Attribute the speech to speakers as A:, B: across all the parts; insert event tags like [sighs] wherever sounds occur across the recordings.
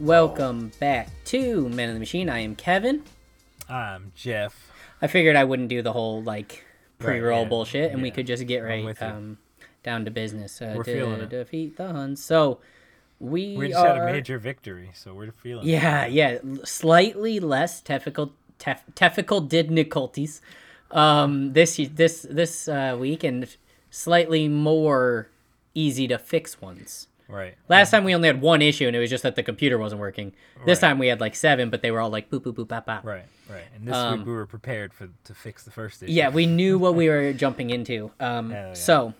A: Welcome back to Men in the Machine. I am Kevin.
B: I'm Um, Jeff.
A: I figured I wouldn't do the whole like
B: Right,
A: pre-roll
B: yeah,
A: bullshit, and we
B: yeah.
A: could just get right
B: with you.
A: um, down to business. Uh,
B: We're
A: to
B: feeling it.
A: defeat the Huns. So we,
B: We just
A: are.
B: had a major victory, so we're feeling. it.
A: Yeah, yeah, l- slightly less technical tef- technical difficulties um, this y- this this uh, week, and slightly more easy to fix ones.
B: Right.
A: Last time we only had one issue, and it was just that the computer wasn't working. This
B: Right.
A: time we had like seven, but they were all like boop boop boop bop bop.
B: Right. Right. And this week we were prepared for to fix the first issue.
A: Um, Yeah, we knew what we were jumping into. Um,
B: Hell Oh, yeah.
A: So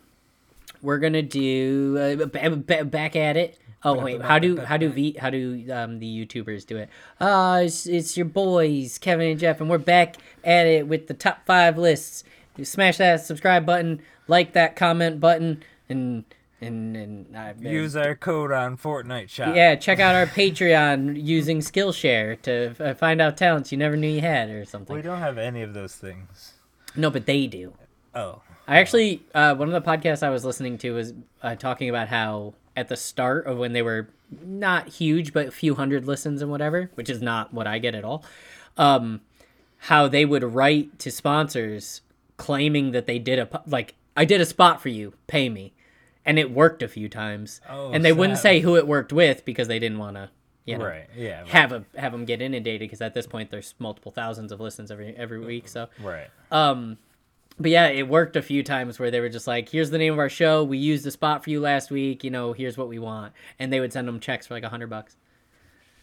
A: we're gonna do uh, b- b- back at it. Oh wait, how do how do v, how do um, the YouTubers do it? Uh, it's, it's your boys Kevin and Jeff, and we're back at it with the top five lists. You smash that subscribe button, like that comment button, and and and uh, I,
B: Use our code on Fortnite shop.
A: yeah, check out our Patreon using Skillshare to uh, find out talents you never knew you had or
B: We
A: something.
B: don't have any of those things.
A: No, but they do.
B: Oh.
A: I actually, uh, one of the podcasts I was listening to was uh, talking about how at the start of when they were not huge, but a few hundred listens and whatever, which is not what I get at all, um, how they would write to sponsors claiming that they did a, po- like, I did a spot for you, pay me. And it worked a few times.
B: Oh,
A: and they wouldn't
B: snap.
A: say who it worked with because they didn't want to, you know,
B: Right. Yeah. Right.
A: have, a, have them get inundated because at this point there's multiple thousands of listens every, every week. So,
B: right.
A: um, but yeah, it worked a few times where they were just like, "Here's the name of our show. We used the spot for you last week. You know, here's what we want," and they would send them checks for like a hundred bucks.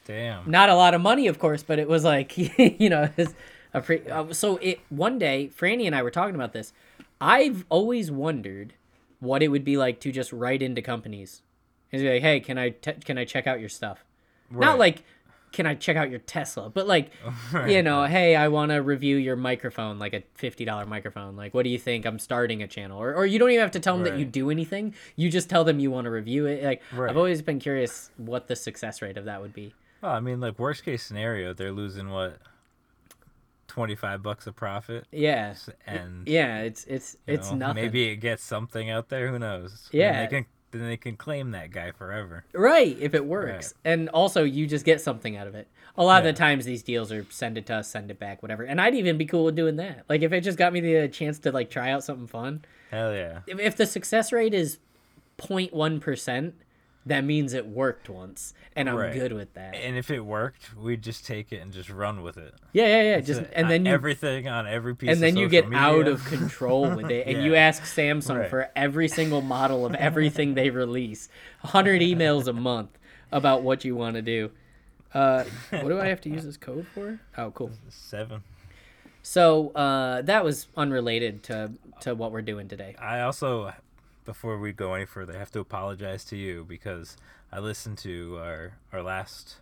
B: Damn.
A: Not a lot of money, of course, but it was like, [laughs] you know, it was a pre- uh, so it one day, Franny and I were talking about this. I've always wondered what it would be like to just write into companies and be like, "Hey, can I te- can I check out your stuff?" Not
B: Right.
A: like, "Can I check out your Tesla?" But
B: [laughs]
A: like, you know, hey, I want to review your microphone, like a fifty dollar microphone. Like, what do you think? I'm starting a channel, or, or you don't even have to tell them that you
B: Right.
A: do anything. You just tell them you want to review it. Like,
B: Right.
A: I've always been curious what the success rate of that would be.
B: Well, I mean, like worst case scenario, they're losing what. Twenty five bucks a profit,
A: Yeah,
B: and
A: yeah, it's it's
B: you
A: it's
B: know,
A: nothing.
B: Maybe it gets something out there. Who knows? Then
A: Yeah.
B: they can then they can claim that guy forever.
A: Right, if it works. And also, you just get something out of it. A lot of the times, these deals are send it to us, send it back, whatever. And I'd even be cool with doing that. Like, if it just got me the uh, chance to, like, try out something fun.
B: Hell yeah.
A: If, if the success rate is 0.1%, that means it worked once. And I'm
B: Right.
A: good with that.
B: And if it worked, we'd just take it and just run with it.
A: Yeah, yeah, yeah. Just,
B: to-
A: and
B: on
A: then you
B: everything on every piece.
A: and then
B: of
A: you
B: social
A: get out
B: media.
A: of control with it and you
B: [laughs] Yeah.
A: ask samsung
B: Right.
A: for every single model of everything they release 100 emails a month about what you want to do uh, what do i have to use this code for oh cool
B: seven.
A: so uh, that was unrelated to to what we're doing today
B: I also, before we go any further, have to apologize to you because I listened to our our last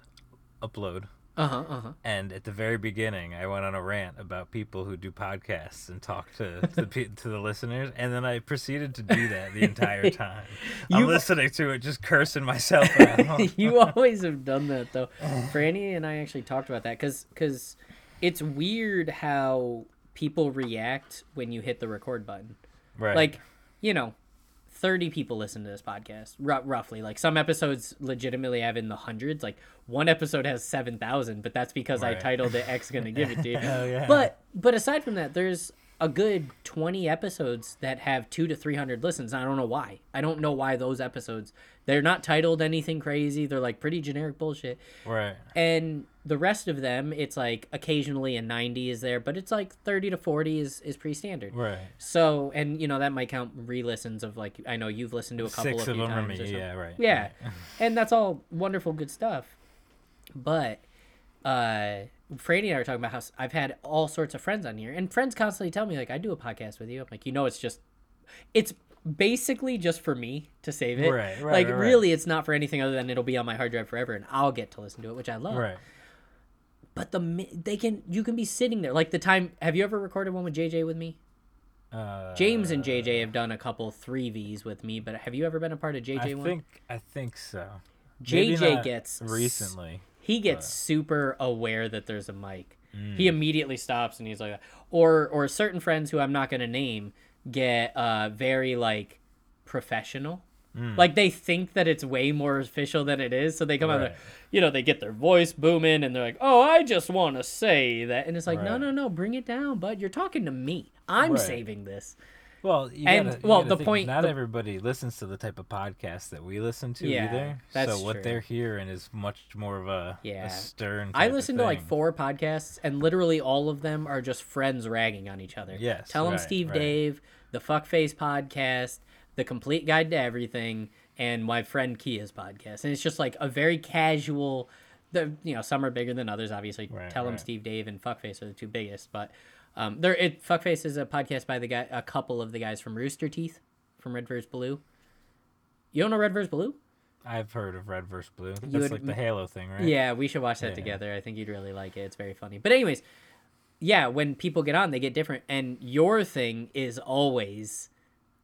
B: upload,
A: uh-huh uh-huh
B: and at the very beginning, I went on a rant about people who do podcasts and talk to
A: [laughs]
B: to the, pe- to the listeners, and then I proceeded to do that
A: [laughs]
B: the entire time. I'm
A: You-
B: listening to it, just
A: [laughs]
B: cursing myself
A: [laughs]
B: out.
A: you always have done that though. Franny and I actually talked about that because it's weird how people react when you hit the record button.
B: right.
A: like you know 30 people listen to this podcast r- roughly like some episodes legitimately have in the hundreds like one episode has 7000 but that's because i
B: Right.
A: titled it x gonna give it to you
B: [laughs] Hell yeah.
A: but but aside from that there's a good 20 episodes that have 2 to 300 listens i don't know why i don't know why those episodes they're not titled anything crazy they're like pretty generic bullshit
B: right.
A: and the rest of them it's like occasionally a 90 is there but it's like 30 to 40 is is pretty standard
B: Right.
A: so, and you know that might count re-listens of like I know you've listened to a couple
B: Six
A: a
B: of
A: few
B: them are
A: times.
B: me.
A: or something.
B: Yeah. [laughs] Right.
A: yeah, and that's all wonderful, good stuff. But uh, Franny and I were talking about how s- I've had all sorts of friends on here, and friends constantly tell me like I do a podcast with you. I'm like, you know, it's just, it's basically just for me to save it.
B: Right, right,
A: like
B: right, right.
A: really, it's not for anything other than it'll be on my hard drive forever, and I'll get to listen to it, which I love
B: Right.
A: but the mi- they can you can be sitting there like the time have you ever recorded one with JJ with me?
B: Uh,
A: James and JJ have done a couple three Vs with me, but have you ever been a part of JJ
B: I
A: one?
B: think I think so. Maybe
A: JJ
B: not
A: gets s-
B: recently.
A: he gets super aware that there's a mic.
B: Mm.
A: He immediately stops and he's like, or or certain friends who I'm not gonna name get uh very like professional
B: Mm.
A: Like they think that it's way more official than it is, so they come out,
B: Right.
A: there, you know, they get their voice booming, and they're like, "Oh, I just want to say that," and it's like, "No,
B: Right.
A: no, no, bring it down, bud. You're talking to me. I'm
B: Right.
A: saving this."
B: Well, you
A: And-
B: gotta- you
A: well,
B: gotta
A: the
B: think,
A: point-
B: Not
A: the-
B: everybody listens to the type of podcast that we listen to
A: Yeah,
B: either.
A: that's
B: so what
A: true.
B: they're hearing is much more of a,
A: Yeah.
B: a stern.
A: I
B: type of
A: listen to like
B: thing.
A: four podcasts, and literally all of them are just friends ragging on each other.
B: Yes,
A: Tell them
B: right,
A: Steve
B: right.
A: Dave, the Fuckface podcast, the Complete Guide to Everything, and my friend Kia's podcast. And it's just like a very casual. The you know some are bigger than others. Obviously,
B: Right,
A: Tell 'em
B: right.
A: Steve Dave and Fuckface are the two biggest. But um, there it Fuckface is a podcast by the guy, a couple of the guys from Rooster Teeth, from Red vs Blue. You don't know Red vs Blue?
B: I've heard of Red vs. Blue. That's
A: would-
B: like the Halo thing, right?
A: Yeah, we should watch that
B: Yeah.
A: together. I think you'd really like it. It's very funny. But anyways, yeah, when people get on, they get different. And your thing is always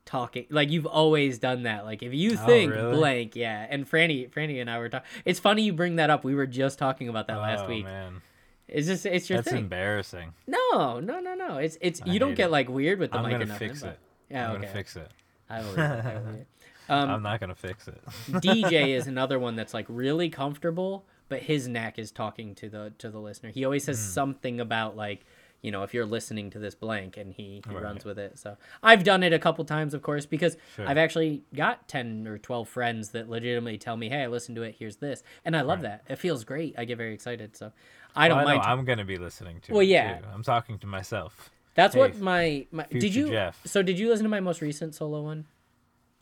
A: talking. Like you've always done that. Like if you
B: Oh,
A: think
B: really?
A: blank, yeah. And Franny, Franny and I were talking. It's funny you bring that up. We were just talking about that last
B: Oh,
A: week.
B: man,
A: It's just it's your
B: that's
A: thing.
B: embarrassing.
A: no, no, no, no. It's it's
B: I
A: you don't
B: hate
A: get
B: it.
A: like weird with the
B: I'm
A: mic
B: gonna
A: or nothing,
B: fix
A: but-
B: it.
A: Yeah,
B: I'm
A: okay.
B: gonna fix it.
A: I
B: [laughs]
A: will read it, I will read it. Um,
B: I'm not gonna fix it.
A: DJ is another one that's like really comfortable, but his knack is talking to the to the listener. He always
B: Hmm.
A: says something about like, you know, if you're listening to this blank and he, he
B: Right.
A: runs with it. So I've done it a couple times, of course, because
B: Sure.
A: I've actually got ten or twelve friends that legitimately tell me, Hey, I listened to it, here's this and I love that. It feels great. I get very excited. So I don't
B: Well, I
A: mind.
B: know I'm gonna be listening to.
A: Well,
B: it,
A: yeah.
B: too. I'm talking to myself.
A: That's
B: Hey,
A: what my, my did
B: Future
A: you
B: Jeff.
A: so did you listen to my most recent solo one?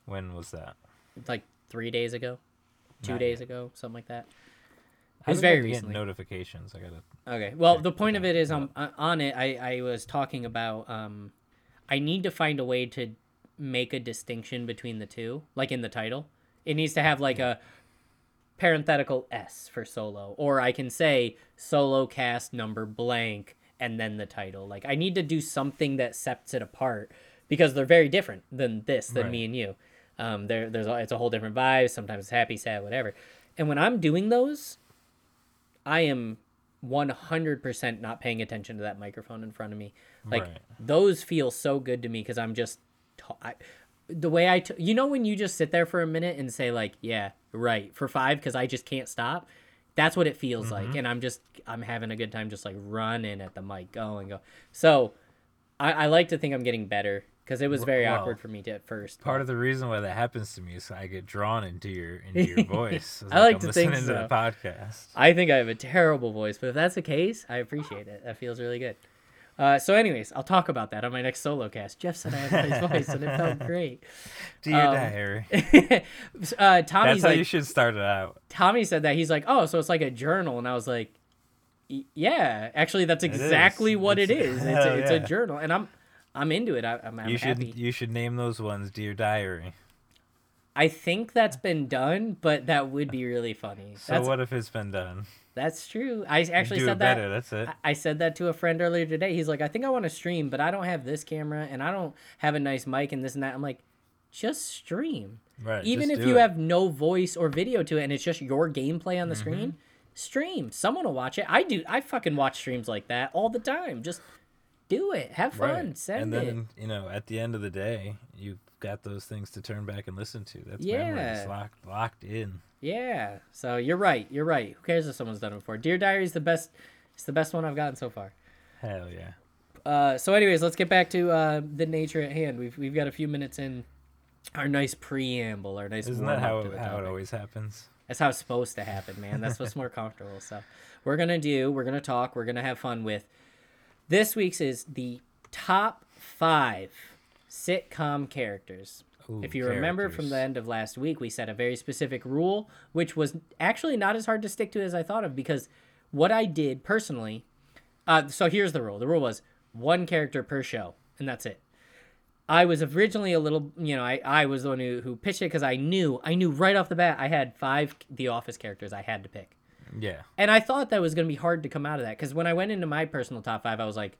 B: When was that?
A: Like three days ago? Two
B: Not
A: days
B: yet.
A: ago, something like that.
B: I
A: was
B: don't
A: very
B: get
A: recently.
B: Notifications. I gotta.
A: Okay. Well, the
B: check
A: point
B: it
A: of it is, um, uh, on it, I, I was talking about um, I need to find a way to make a distinction between the two, like in the title. It needs to have like a parenthetical S for solo, or I can say solo cast number blank and then the title. Like I need to do something that sets it apart because they're very different than this than me
B: Right.
A: and you. Um, there, there's a- it's a whole different vibe. Sometimes it's happy, sad, whatever. And when I'm doing those, I am 100% not paying attention to that microphone in front of me. Like
B: Right.
A: those feel so good to me because I'm just ta- I, the way I t- you know when you just sit there for a minute and say like yeah right for five because I just can't stop. That's what it feels
B: Mm-hmm.
A: like, and I'm just I'm having a good time just like running at the mic, go and go. So I, I like to think I'm getting better because it was very
B: well,
A: awkward for me to at first.
B: Part of the reason why that happens to me is I get drawn into your into your voice.
A: [laughs]
B: It's
A: I like
B: I'm
A: to
B: listening
A: think
B: to the
A: so.
B: podcast.
A: I think I have a terrible voice, but if that's the case, I appreciate it. That feels really good. Uh, so, anyways, I'll talk about that on my next solo cast. Jeff said I had a nice voice, and it
B: [laughs]
A: felt great. [laughs]
B: Dear
A: Um, [laughs]
B: diary.
A: uh,
B: That's
A: Tommy's
B: how
A: like,
B: you should start it out.
A: Tommy said that he's like, oh, so it's like a journal, and I was like, "Y- yeah, actually, that's
B: is.
A: exactly what it's, it
B: It's- [laughs]
A: is. It's,
B: hell
A: a, it's a
B: yeah.
A: journal, and I'm I'm into it. I, I'm, I'm
B: you should
A: happy.
B: you should name those ones Dear Diary.
A: I think that's been done, but that would be really funny.
B: So
A: that's
B: what if it's been done?
A: that's true. I actually
B: Do
A: said
B: it
A: that.
B: better. That's it.
A: I- I said that to a friend earlier today. He's like, I think I want to stream, but I don't have this camera and I don't have a nice mic and this and that. I'm like, just stream.
B: Right.
A: Even
B: just
A: if
B: do
A: you
B: it. Mm-hmm.
A: have no voice or video to it and it's just your gameplay on the screen, stream. Someone will watch it. I do. I fucking watch streams like that all the time. Just do it. Have
B: Right.
A: fun. Send
B: and
A: it.
B: then you know at the end of the day you've got those things to turn back and listen to. That's
A: Yeah.
B: memories locked locked in.
A: Yeah. So you're right. You're right. Who cares if someone's done it before? Dear Diary is the best. It's the best one I've gotten so far.
B: Hell yeah.
A: Uh, so, anyways, let's get back to uh, the nature at hand. We've we've got a few minutes in our nice preamble, our nice.
B: Isn't that how
A: to the
B: how it
A: topic.
B: always happens?
A: That's how it's supposed to happen, man. That's what's more comfortable. So, we're gonna do. We're gonna talk. We're gonna have fun with. This week's is the top five sitcom characters.
B: Ooh,
A: if you remember from the
B: characters.
A: end of last week, we set a very specific rule, which was actually not as hard to stick to as I thought of because what I did personally. Uh, so here's the rule. The rule was one character per show, and that's it. I was originally a little, you know, I, I was the one who, who pitched it because I knew, I knew right off the bat I had five The Office characters I had to pick.
B: Yeah.
A: And I thought that was going to be hard to come out of that because when I went into my personal top five, I was like,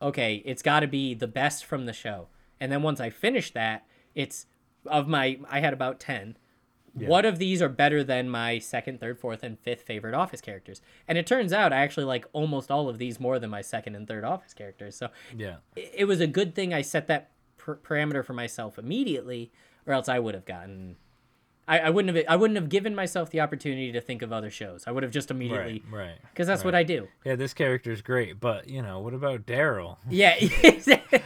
A: okay, it's got to be the best from the show. And then once I finished that, it's of my, I had about 10. What of these are better than my second, third, fourth, and fifth favorite Office characters? And it turns out I actually like almost all of these more than my second and third Office characters. So
B: Yeah.
A: it it was a good thing I set that per- parameter for myself immediately or else I would have gotten. I, I wouldn't have. I wouldn't have given myself the opportunity to think of other shows. I would have just immediately,
B: Right, right.
A: because that's what
B: right.
A: I do.
B: Yeah, this character's great, but you know, what about Daryl?
A: Yeah,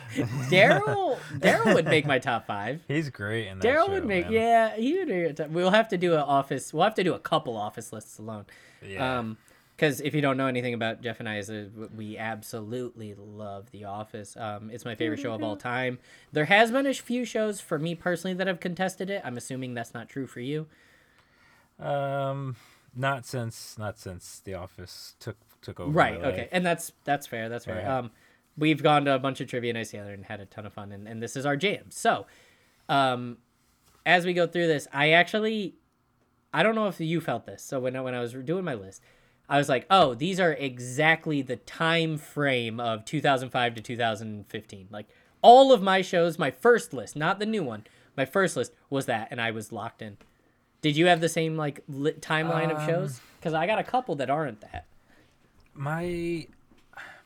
A: [laughs] Daryl. Daryl would make my top five.
B: He's great in that
A: Daryl
B: show,
A: would make.
B: man.
A: Yeah, he would. make a top- We'll have to do an office. We'll have to do a couple office lists alone.
B: Yeah.
A: Um, because if you don't know anything about Jeff and I, is uh, we absolutely love The Office. Um, it's my favorite show of all time. There has been a few shows for me personally that have contested it. I'm assuming that's not true for you.
B: Um, not since not since The Office took took over. my
A: right
B: life.
A: okay and that's that's fair that's fair
B: Yeah.
A: um we've gone to a bunch of trivia nights together and had a ton of fun and, and this is our jam so um as we go through this i actually i don't know if you felt this so when i when i was doing my list i was like oh these are exactly the time frame of 2005 to 2015 like all of my shows my first list not the new one my first list was that and i was locked in did you have the same like li- timeline
B: Um,
A: of shows because i got a couple that aren't that
B: My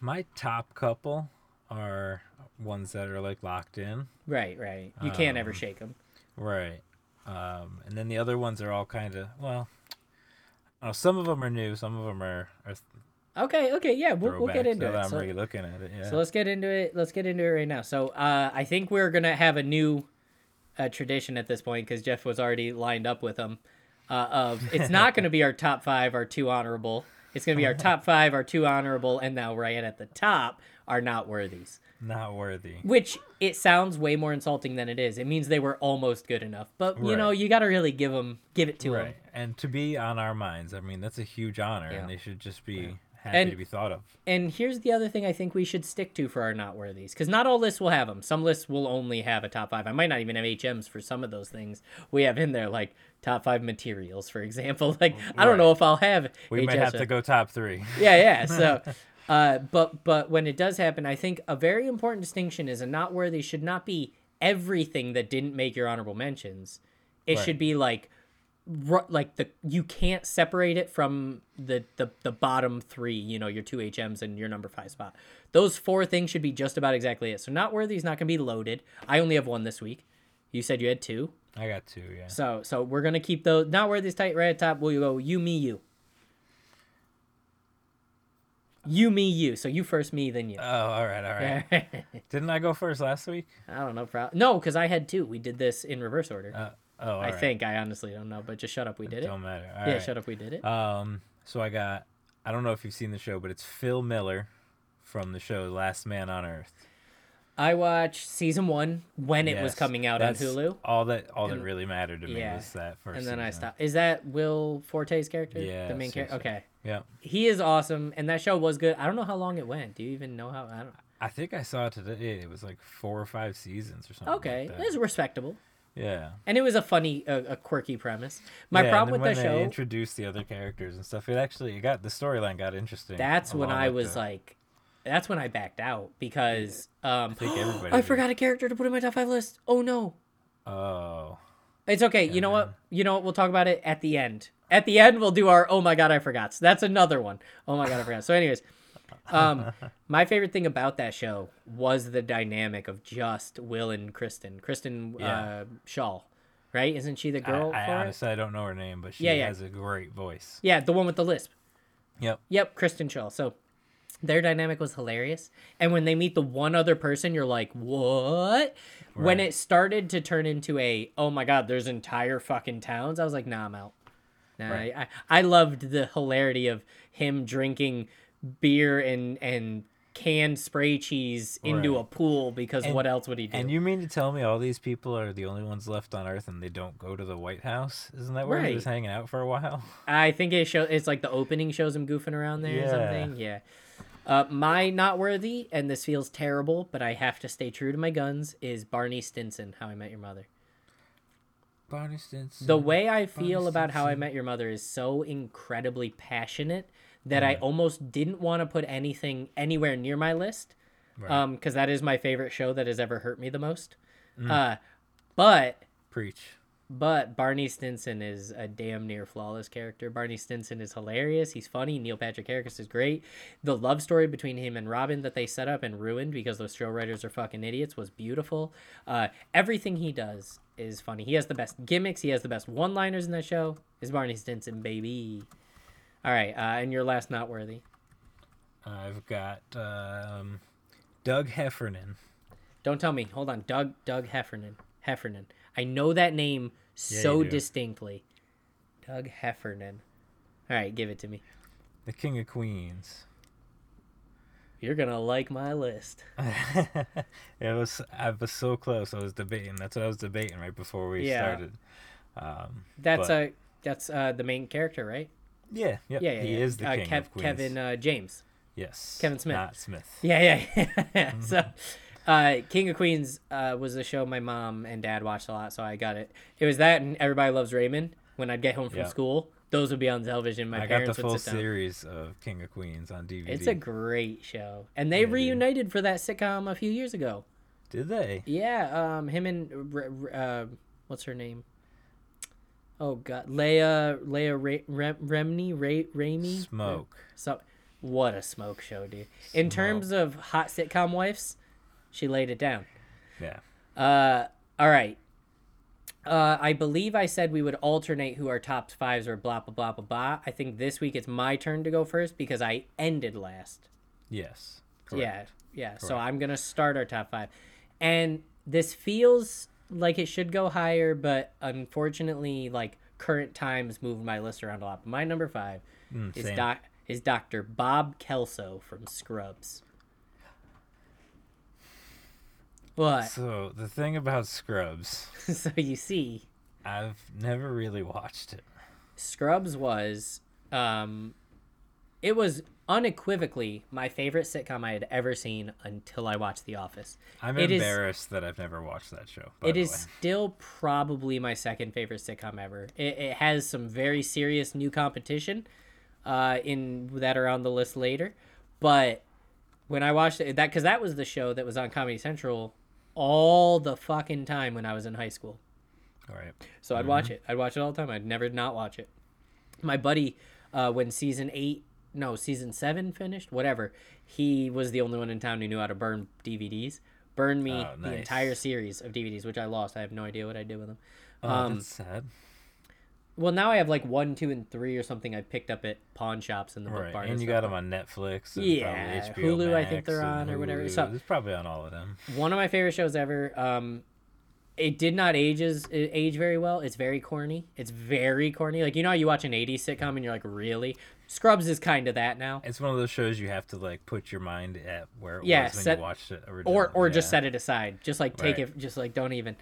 B: my top couple are ones that are like locked in.
A: Right, right. You can't
B: Um,
A: ever shake them.
B: Right. Um, and then the other ones are all kind of well. I don't know, some of them are new, some of them are, are
A: Okay, okay, yeah, we'll, we'll get
B: throwbacks,
A: into
B: now that
A: it.
B: I'm
A: So,
B: really looking at it. Yeah.
A: so let's get into it. Let's get into it right now. So uh, I think we're gonna have a new uh, tradition at this point because Jeff was already lined up with them. Uh, of it's not gonna
B: [laughs]
A: be our top five, our two honorable. It's gonna be our top five, our two honorable, and now right at the top are not worthies.
B: Not worthy.
A: Which it sounds way more insulting than it is. It means they were almost good enough, but you know
B: Right.
A: you gotta really give them, give it to them.
B: Right. And to be on our minds, I mean, that's a huge honor,
A: Yeah.
B: and they should just be happy
A: And-
B: to be thought of.
A: And here's the other thing I think we should stick to for our not worthies, because not all lists will have them. Some lists will only have a top five. I might not even have HMs for some of those things we have in there, like top five materials, for example. [laughs] Like I don't know
B: Mm, Right.
A: if I'll have.
B: We might
A: HMs.
B: have to go top three. [laughs]
A: [laughs] Yeah, yeah. So, uh, but but when it does happen, I think a very important distinction is a not worthy should not be everything that didn't make your honorable mentions. It
B: Right.
A: should be like, ru- like the you can't separate it from the the the bottom three. You know, your two HMs and your number five spot. Those four things should be just about exactly it. So not worthy is not going to be loaded. I only have one this week. You said you had two.
B: I got two. Yeah.
A: So so we're gonna keep those not wear these tight right at top. We'll go you me you. You me you. So you first me then you.
B: Oh, all right, all right.
A: [laughs] I
B: Didn't I go first last week?
A: don't know. Pro- no, because I had two. We did this in reverse order.
B: Uh, oh, all
A: I
B: right.
A: think I honestly don't know, but just shut up. We did it.
B: Don't matter. All
A: yeah,
B: right.
A: shut up. We did it.
B: Um, so I got. I don't know if you've seen the show, but it's Phil Miller from the show Last Man on Earth.
A: I watched season one when it was
B: Yes,
A: coming out on
B: that's
A: Hulu,
B: All that all that
A: And-
B: really mattered to me
A: yeah,
B: was that first.
A: and then I
B: season.
A: stopped. Is that Will Forte's character? the
B: Yeah,
A: main
B: so-
A: character.
B: so-
A: Okay,
B: Yeah,
A: he is awesome, and that show was good. I don't know how long it went. Do you even know how? I don't.
B: I think I saw it today. It was like four or five seasons or something. like
A: Okay,
B: that.
A: it's respectable.
B: yeah.
A: and it was a funny, a, a quirky premise. My
B: Yeah, and
A: problem
B: then
A: with the
B: when they
A: show,
B: introduced the other characters and stuff. It actually it got the storyline got interesting.
A: that's when
B: along
A: I
B: with
A: was
B: the-
A: like, that's when I backed out because um,
B: think everybody
A: [gasps] I,
B: did.
A: forgot a character to put in my top five list. Oh no,
B: oh,
A: it's okay. you know what? You know what? We'll talk about it at the end. At the end, we'll do our oh my god, I forgot. So that's another one. Oh my god, I forgot. So, anyways,
B: [laughs]
A: um, my favorite thing about that show was the dynamic of just Will and Kristen, Kristen uh,
B: Yeah.
A: Shaw, right? Isn't she the
B: I,
A: girl
B: I
A: for it?
B: honestly I don't know her name, but she
A: Yeah, yeah.
B: has a great voice.
A: Yeah, the one with the lisp.
B: Yep.
A: Yep, Kristen Shaw. So their dynamic was hilarious. And when they meet the one other person, you're like, what? When
B: Right.
A: it started to turn into a, oh my God, there's entire fucking towns, I was like, nah, I'm out. Nah,
B: Right.
A: I, I, I loved the hilarity of him drinking beer and, and canned spray cheese into
B: Right.
A: a pool because
B: And-
A: what else would he do?
B: And you mean to tell me all these people are the only ones left on Earth and they don't go to the White House? Isn't that where he was
A: Right.
B: hanging out for a while? [laughs]
A: I think it show it's like the opening shows him goofing around there or
B: Yeah.
A: something. Yeah. Uh, my not worthy, and this feels terrible, but I have to stay true to my guns. Is Barney Stinson How I Met Your Mother?
B: Barney Stinson.
A: The way I feel
B: Barney
A: about How I Met Your Mother is so incredibly passionate that I almost didn't want to put anything anywhere near my list,
B: Right.
A: um, because that is my favorite show that has ever hurt me the most.
B: Mm.
A: Uh, but
B: preach.
A: but Barney Stinson is a damn near flawless character. Barney Stinson is hilarious. He's funny. Neil Patrick Harris is great. The love story between him and Robin that they set up and ruined because those show writers are fucking idiots was beautiful. Uh, everything he does is funny. He has the best gimmicks. He has the best one-liners in that show. Is Barney Stinson, baby. All right, uh, and your last not worthy,
B: I've got um, Doug Heffernan.
A: Don't tell me. Hold on, Doug. Doug Heffernan. Heffernan. I know that name so
B: you do.
A: distinctly. Doug Heffernan. All right, give it to me.
B: The King of Queens.
A: You're gonna like my list.
B: it was I was so close. I was debating. That's what I was debating right before we
A: Yeah.
B: started. Um,
A: That's
B: but-
A: uh, that's uh, the main character, right?
B: yeah, yep,
A: Yeah, yeah.
B: he
A: yeah.
B: is the
A: uh,
B: king
A: Kev-
B: of Queens.
A: Kevin uh, James.
B: yes,
A: Kevin Smith.
B: not Smith.
A: Yeah, yeah.
B: Mm-hmm.
A: yeah. [laughs] so, uh, King of Queens uh, was a show my mom and dad watched a lot, so I got it. It was that and Everybody Loves Raymond. When I'd get home from
B: Yeah.
A: school, those would be on television. My
B: I got the
A: parents
B: full
A: would sit down.
B: series of King of Queens on DVD.
A: It's a great show, and they
B: dude.
A: reunited for that sitcom a few years ago.
B: Did they?
A: Yeah, um, him and R- R- uh, what's her name? Oh God, Leia, Leia Re- Rem- Remney, Ray, Raimi.
B: Smoke.
A: So, what a smoke show, dude. In terms of hot sitcom wives, she laid it down.
B: Yeah.
A: Uh, all right. Uh, I believe I said we would alternate who our top fives were. Blah blah blah blah blah. I think this week it's my turn to go first because I ended last.
B: Yes.
A: Yeah, yeah. So I'm gonna start our top five, and this feels like it should go higher, but unfortunately, like current times moved my list around a lot. But my number five
B: Mm,
A: is
B: same.
A: doc is Doctor Bob Kelso from Scrubs. What?
B: So the thing about Scrubs,
A: [laughs] so you see,
B: I've never really watched it.
A: Scrubs was um it was unequivocally my favorite sitcom I had ever seen until I watched The Office.
B: I'm
A: It is-
B: embarrassed that I've never watched that show. By
A: It
B: the
A: is
B: way.
A: still probably my second favorite sitcom ever. It, it has some very serious new competition uh, in that are on the list later, but when I watched it, that because that was the show that was on Comedy Central all the fucking time when I was in high school.
B: All right.
A: So I'd
B: Mm-hmm.
A: watch it. I'd watch it all the time. I'd never not watch it. My buddy, uh, when season eight, no, season seven finished, whatever, he was the only one in town who knew how to burn DVDs. Burned me
B: Oh,
A: the
B: nice.
A: entire series of DVDs, which I lost. I have no idea what I did with them.
B: Oh,
A: um,
B: that's sad.
A: well, now I have like one, two, and three or something I picked up at pawn shops in the book
B: Right.
A: barn.
B: And you
A: stuff.
B: got them on Netflix. And
A: Yeah,
B: probably HBO
A: Hulu, I think
B: Max
A: they're
B: and
A: on or whatever.
B: Hulu.
A: So-
B: it's probably on all of them.
A: one of my favorite shows ever. Um, it did not ages it age very well. It's very corny. It's very corny. Like you know, how you watch an '80s sitcom and you're like, really? Scrubs is kind of that now,
B: It's one of those shows you have to like put your mind at where it
A: Yeah,
B: was when
A: set-
B: you watched it originally.
A: or or just
B: Yeah.
A: set it aside. Just like take
B: Right.
A: it. Just like don't even.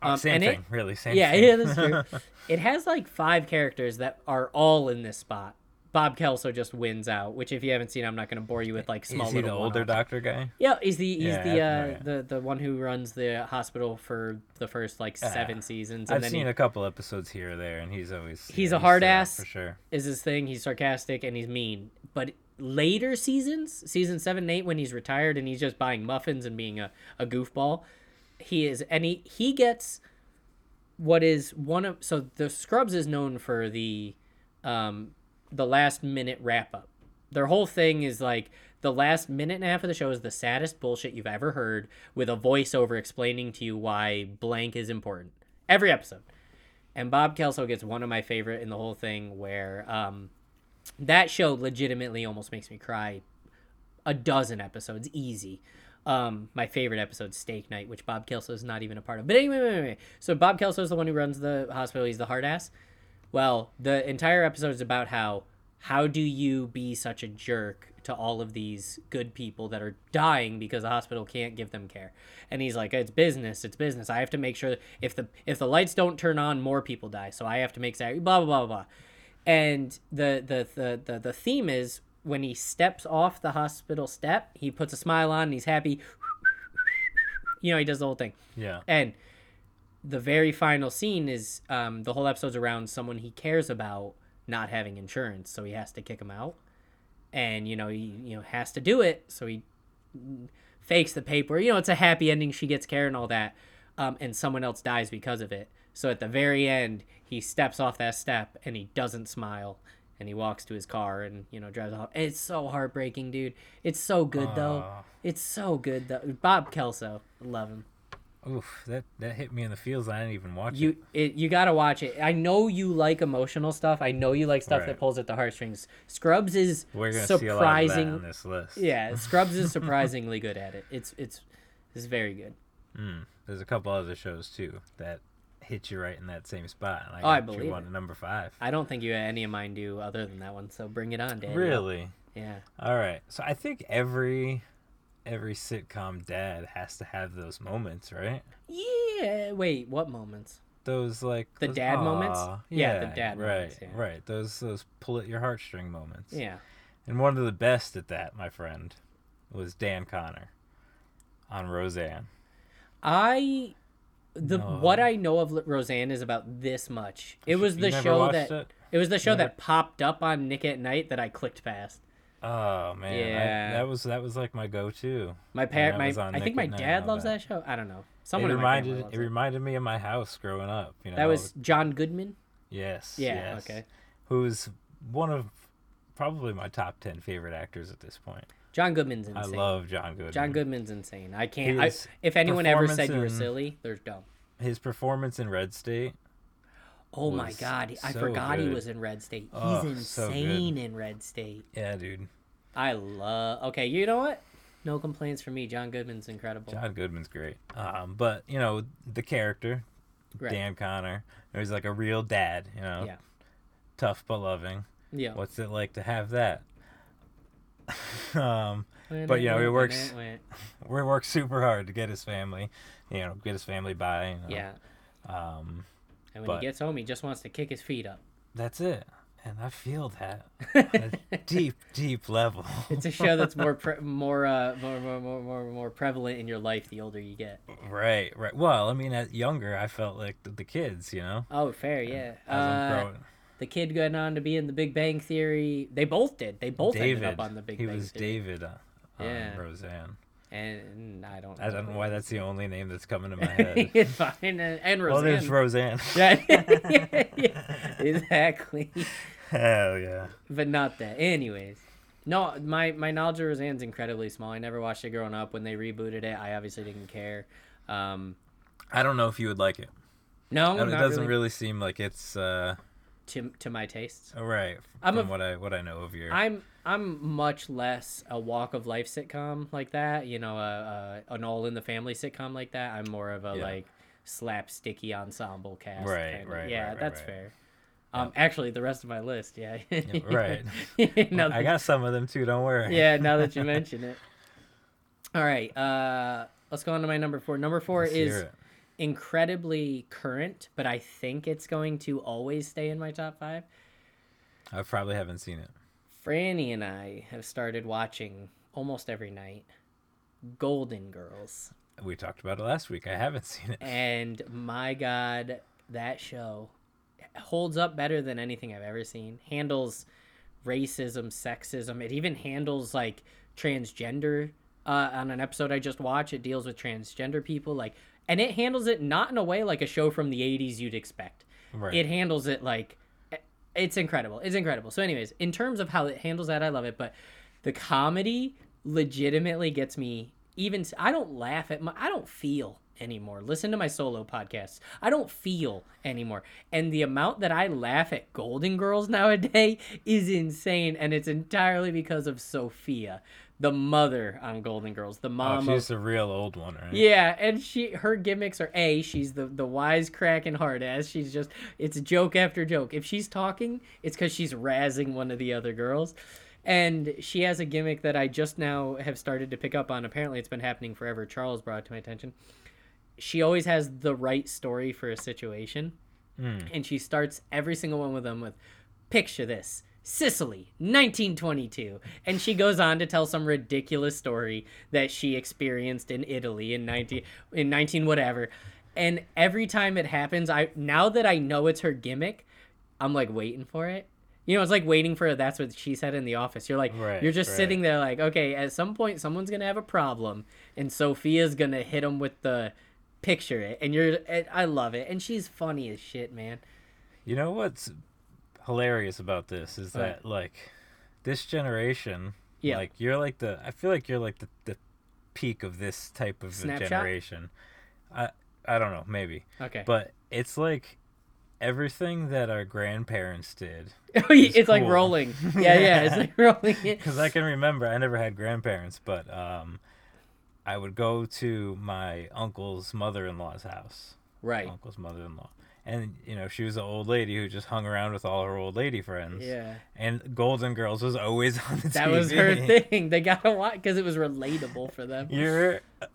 B: Oh,
A: Um,
B: same
A: and it-
B: thing, [laughs] really. Same.
A: yeah, [laughs]
B: thing.
A: yeah, that's
B: [laughs]
A: true. it has like five characters that are all in this spot. Bob Kelso just wins out, which if you haven't seen, I'm not going to bore you with like small
B: Is he the
A: little
B: older
A: one-offs.
B: doctor guy?
A: Yeah, he's the he's
B: Yeah,
A: the
B: I've-
A: uh,
B: alright.
A: the the one who runs the hospital for the first like seven seasons. And
B: Uh, I've
A: then
B: seen
A: he,
B: a couple episodes here or there, and he's always yeah,
A: He's a hard
B: set up
A: ass.
B: for sure.
A: is his thing. He's sarcastic and he's mean. But later seasons, season seven and eight, when he's retired and he's just buying muffins and being a, a goofball, he is and he he gets what is one of so the Scrubs is known for the um the last minute wrap up. Their whole thing is like the last minute and a half of the show is the saddest bullshit you've ever heard with a voiceover explaining to you why blank is important. Every episode. And Bob Kelso gets one of my favorite in the whole thing where um, that show legitimately almost makes me cry a dozen episodes easy. Um, my favorite episode, Steak Night, which Bob Kelso is not even a part of. But anyway, wait, wait, wait. so Bob Kelso is the one who runs the hospital. He's the hard ass. Well, the entire episode is about how how do you be such a jerk to all of these good people that are dying because the hospital can't give them care. And he's like, it's business, it's business. I have to make sure if the if the lights don't turn on, more people die. So I have to make sacri- blah blah blah blah. blah. And the the, the the the theme is when he steps off the hospital step, he puts a smile on and he's happy. You know, he does the whole thing.
B: Yeah.
A: And the very final scene is um, the whole episode's around someone he cares about not having insurance, so he has to kick him out. And you know he you know has to do it, so he fakes the paper. You know it's a happy ending. She gets care and all that, um, and someone else dies because of it. So at the very end, he steps off that step and he doesn't smile, and he walks to his car and you know drives off. It's so heartbreaking, dude. It's so good though.
B: Aw.
A: It's so good though. Bob Kelso, love him.
B: Oof, that that hit me in the feels. I didn't even watch
A: You
B: it.
A: it, you gotta watch it. I know you like emotional stuff. I know you like stuff
B: Right.
A: that pulls at the heartstrings. Scrubs is
B: We're gonna see a lot of that
A: surprising.
B: on this list. [laughs]
A: Yeah, Scrubs is surprisingly good at it. It's it's it's very good.
B: There's a couple other shows too that hit you right in that same spot. And I,
A: Oh, I
B: got
A: believe
B: you on
A: it.
B: to number five.
A: I don't think you had any of mine do other than that one. So bring it on, Dan.
B: really?
A: Yeah.
B: All right. So I think every every sitcom dad has to have those moments, right?
A: Yeah. Wait, what moments?
B: Those like
A: The
B: those-
A: dad moments?
B: aw,
A: Yeah, the dad
B: Right,
A: moments, yeah.
B: right. Those those pull at your heartstring moments.
A: Yeah.
B: And one of the best at that, my friend, was Dan Connor on Roseanne.
A: I the
B: No.
A: what I know of L- Roseanne is about this much. It was
B: You
A: the
B: never
A: show
B: watched
A: that it?
B: it?
A: was the show
B: Never-
A: that popped up on Nick at Night that I clicked past.
B: Oh man, I-
A: Yeah.
B: that was that was like my go-to.
A: My
B: Yeah,
A: parent,
B: that
A: my
B: was on
A: I
B: Nick
A: think my
B: at Night, I
A: dad
B: know
A: loves that.
B: that.
A: show. I don't know.
B: It
A: Someone in my family
B: reminded
A: loves
B: it
A: it.
B: reminded me of my house growing up. You know
A: That was John Goodman.
B: yes,
A: Yeah,
B: yes.
A: okay.
B: Who's one of probably my top ten favorite actors at this point.
A: John Goodman's insane.
B: I love John Goodman.
A: John Goodman's insane. I can't. I,
B: His
A: if anyone ever said you were
B: performance in-
A: silly, they're dumb.
B: His performance in Red State.
A: Oh my
B: was
A: god! I
B: so
A: forgot he
B: good.
A: was in Red State. He's
B: Oh, so good.
A: insane in Red State.
B: Yeah, dude.
A: I love. Okay, you know what? No complaints from me. John Goodman's incredible.
B: John Goodman's great. Um, but you know the character,
A: Right.
B: Dan Connor. There's like a real dad. You know,
A: Yeah.
B: tough but loving.
A: Yeah.
B: What's it like to have that? [laughs] um, but, you know, it works. we worked super hard to get his family, you know, get his family by. You know.
A: [laughs] Yeah.
B: Um,
A: And when
B: but-
A: he gets home, he just wants to kick his feet
B: [laughs]
A: up.
B: that's it. And I feel that on a
A: [laughs]
B: deep, deep level.
A: It's a show that's more pre- more, uh, more more more more more prevalent in your life the older you get.
B: [laughs] right, right. Well, I mean, at younger, I felt like the, the kids, you know,
A: Oh, fair, yeah.
B: as I'm
A: Uh,
B: growing.
A: the kid going on to be in The Big Bang Theory. They both did. They both
B: David,
A: ended up on The Big
B: he
A: Bang
B: was
A: Theory.
B: David on, on
A: Yeah.
B: Roseanne.
A: And mm, I don't.
B: I
A: [laughs]
B: don't know why that's the only name that's coming to my head.
A: it's fine. And, and
B: well,
A: Roseanne.
B: there's Roseanne.
A: yeah, yeah, yeah. [laughs] exactly.
B: [laughs] Hell yeah.
A: but not that. Anyways, no, my my knowledge of Roseanne's incredibly small. I never watched it growing up. When they rebooted it, I obviously didn't care. Um,
B: I don't know if you would like it.
A: no,
B: It
A: Oh, not
B: doesn't
A: really,
B: really... seem like it's uh,
A: to to my taste.
B: all right
A: I'm
B: from
A: a-
B: what I what I know of your.
A: I'm I'm much less a walk of life sitcom like that. You know, a, a an all in the family sitcom like that. I'm more of a
B: Yeah.
A: like slapsticky ensemble cast.
B: Right,
A: kinda.
B: right,
A: Yeah,
B: right, right,
A: that's
B: right.
A: fair. Um, actually, the rest of my list, yeah, [laughs]
B: right.
A: no,
B: I got some of them too. Don't worry.
A: yeah, now that you mention it. All right, uh, let's go on to my number four. Number 4
B: [laughs] Let's
A: is
B: hear it.
A: incredibly current, but I think it's going to always stay in my top five.
B: I probably haven't seen it.
A: Franny and I have started watching almost every night Golden Girls.
B: We talked about it last week. I haven't [laughs] seen it.
A: And my God, that show holds up better than anything I've ever seen. Handles racism, sexism. It even handles like transgender. Uh, on an episode I just watched, it deals with transgender people. Like, and it handles it not in a way like a show from the '80s you'd expect.
B: Right.
A: It handles it like it's incredible. It's incredible. So, anyways, in terms of how it handles that, I love it. But the comedy legitimately gets me. Even I don't laugh at my. I don't feel anymore. Listen to my solo podcasts. I don't feel anymore. And the amount that I laugh at Golden Girls [laughs] nowadays is insane, and it's entirely because of Sophia, the mother on Golden Girls, the
B: Oh,
A: mom of
B: she's a real old one, right?
A: yeah, and she her gimmicks are a she's the the wise crack and hard ass. She's just it's joke after joke. If she's talking, it's because she's razzing one of the other girls, and she has a gimmick that I just now have started to pick up on. Apparently, it's been happening forever. Charles brought it to my attention. She always has the right story for a situation, and she starts every single one of them with, "Picture this." Sicily, 1922. And she goes on to tell some ridiculous story that she experienced in Italy in 19 in 19 whatever. And every time it happens, I now that I know it's her gimmick, I'm like waiting for it. You know, it's like waiting for that's what she said in the office. You're like
B: Right,
A: you're just
B: right.
A: sitting there like, okay, at some point someone's going to have a problem and Sophia's going to hit him with the picture it and you're and I love it and she's funny as shit, man.
B: You know what's hilarious about this is
A: Right.
B: that like this generation,
A: Yeah.
B: like you're like the I feel like you're like the, the peak of this type of a
A: Snapshot?
B: generation. I I don't know, maybe.
A: Okay.
B: But it's like everything that our grandparents did.
A: [laughs] it's like
B: cool.
A: rolling. Yeah, yeah, it's
B: Yeah. [laughs]
A: like rolling.
B: Because I can remember, I never had grandparents, but um, I would go to my uncle's mother-in-law's house.
A: Right.
B: Uncle's mother-in-law, and you know she was an old lady who just hung around with all her old lady friends.
A: Yeah.
B: And Golden Girls was always [laughs] on the
A: That
B: TV.
A: was her thing. They got a lot because it was relatable for them.
B: You're uh,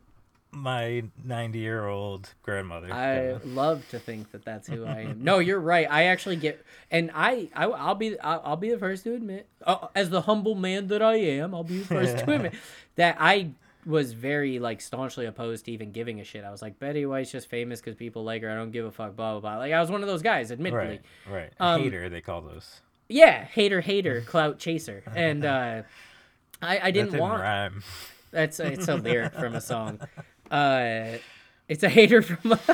B: my 90 year old grandmother.
A: I
B: Kevin.
A: love to think that that's who I am. No, you're right. I actually get, and I, I I'll be, I'll, I'll be the first to admit, uh, as the humble man that I am, I'll be the first to
B: [laughs]
A: admit that I was very like staunchly opposed to even giving a shit. I was like, Betty White's just famous because people like her. I don't give a fuck. Blah blah blah. Like I was one of those guys, admittedly.
B: Right, right.
A: Um,
B: Hater, they call those.
A: Yeah, hater, hater, clout chaser, and uh, I, I
B: That
A: didn't,
B: didn't
A: want.
B: rhyme. [laughs]
A: That's it's a lyric from a song. Uh, it's a hater from [laughs]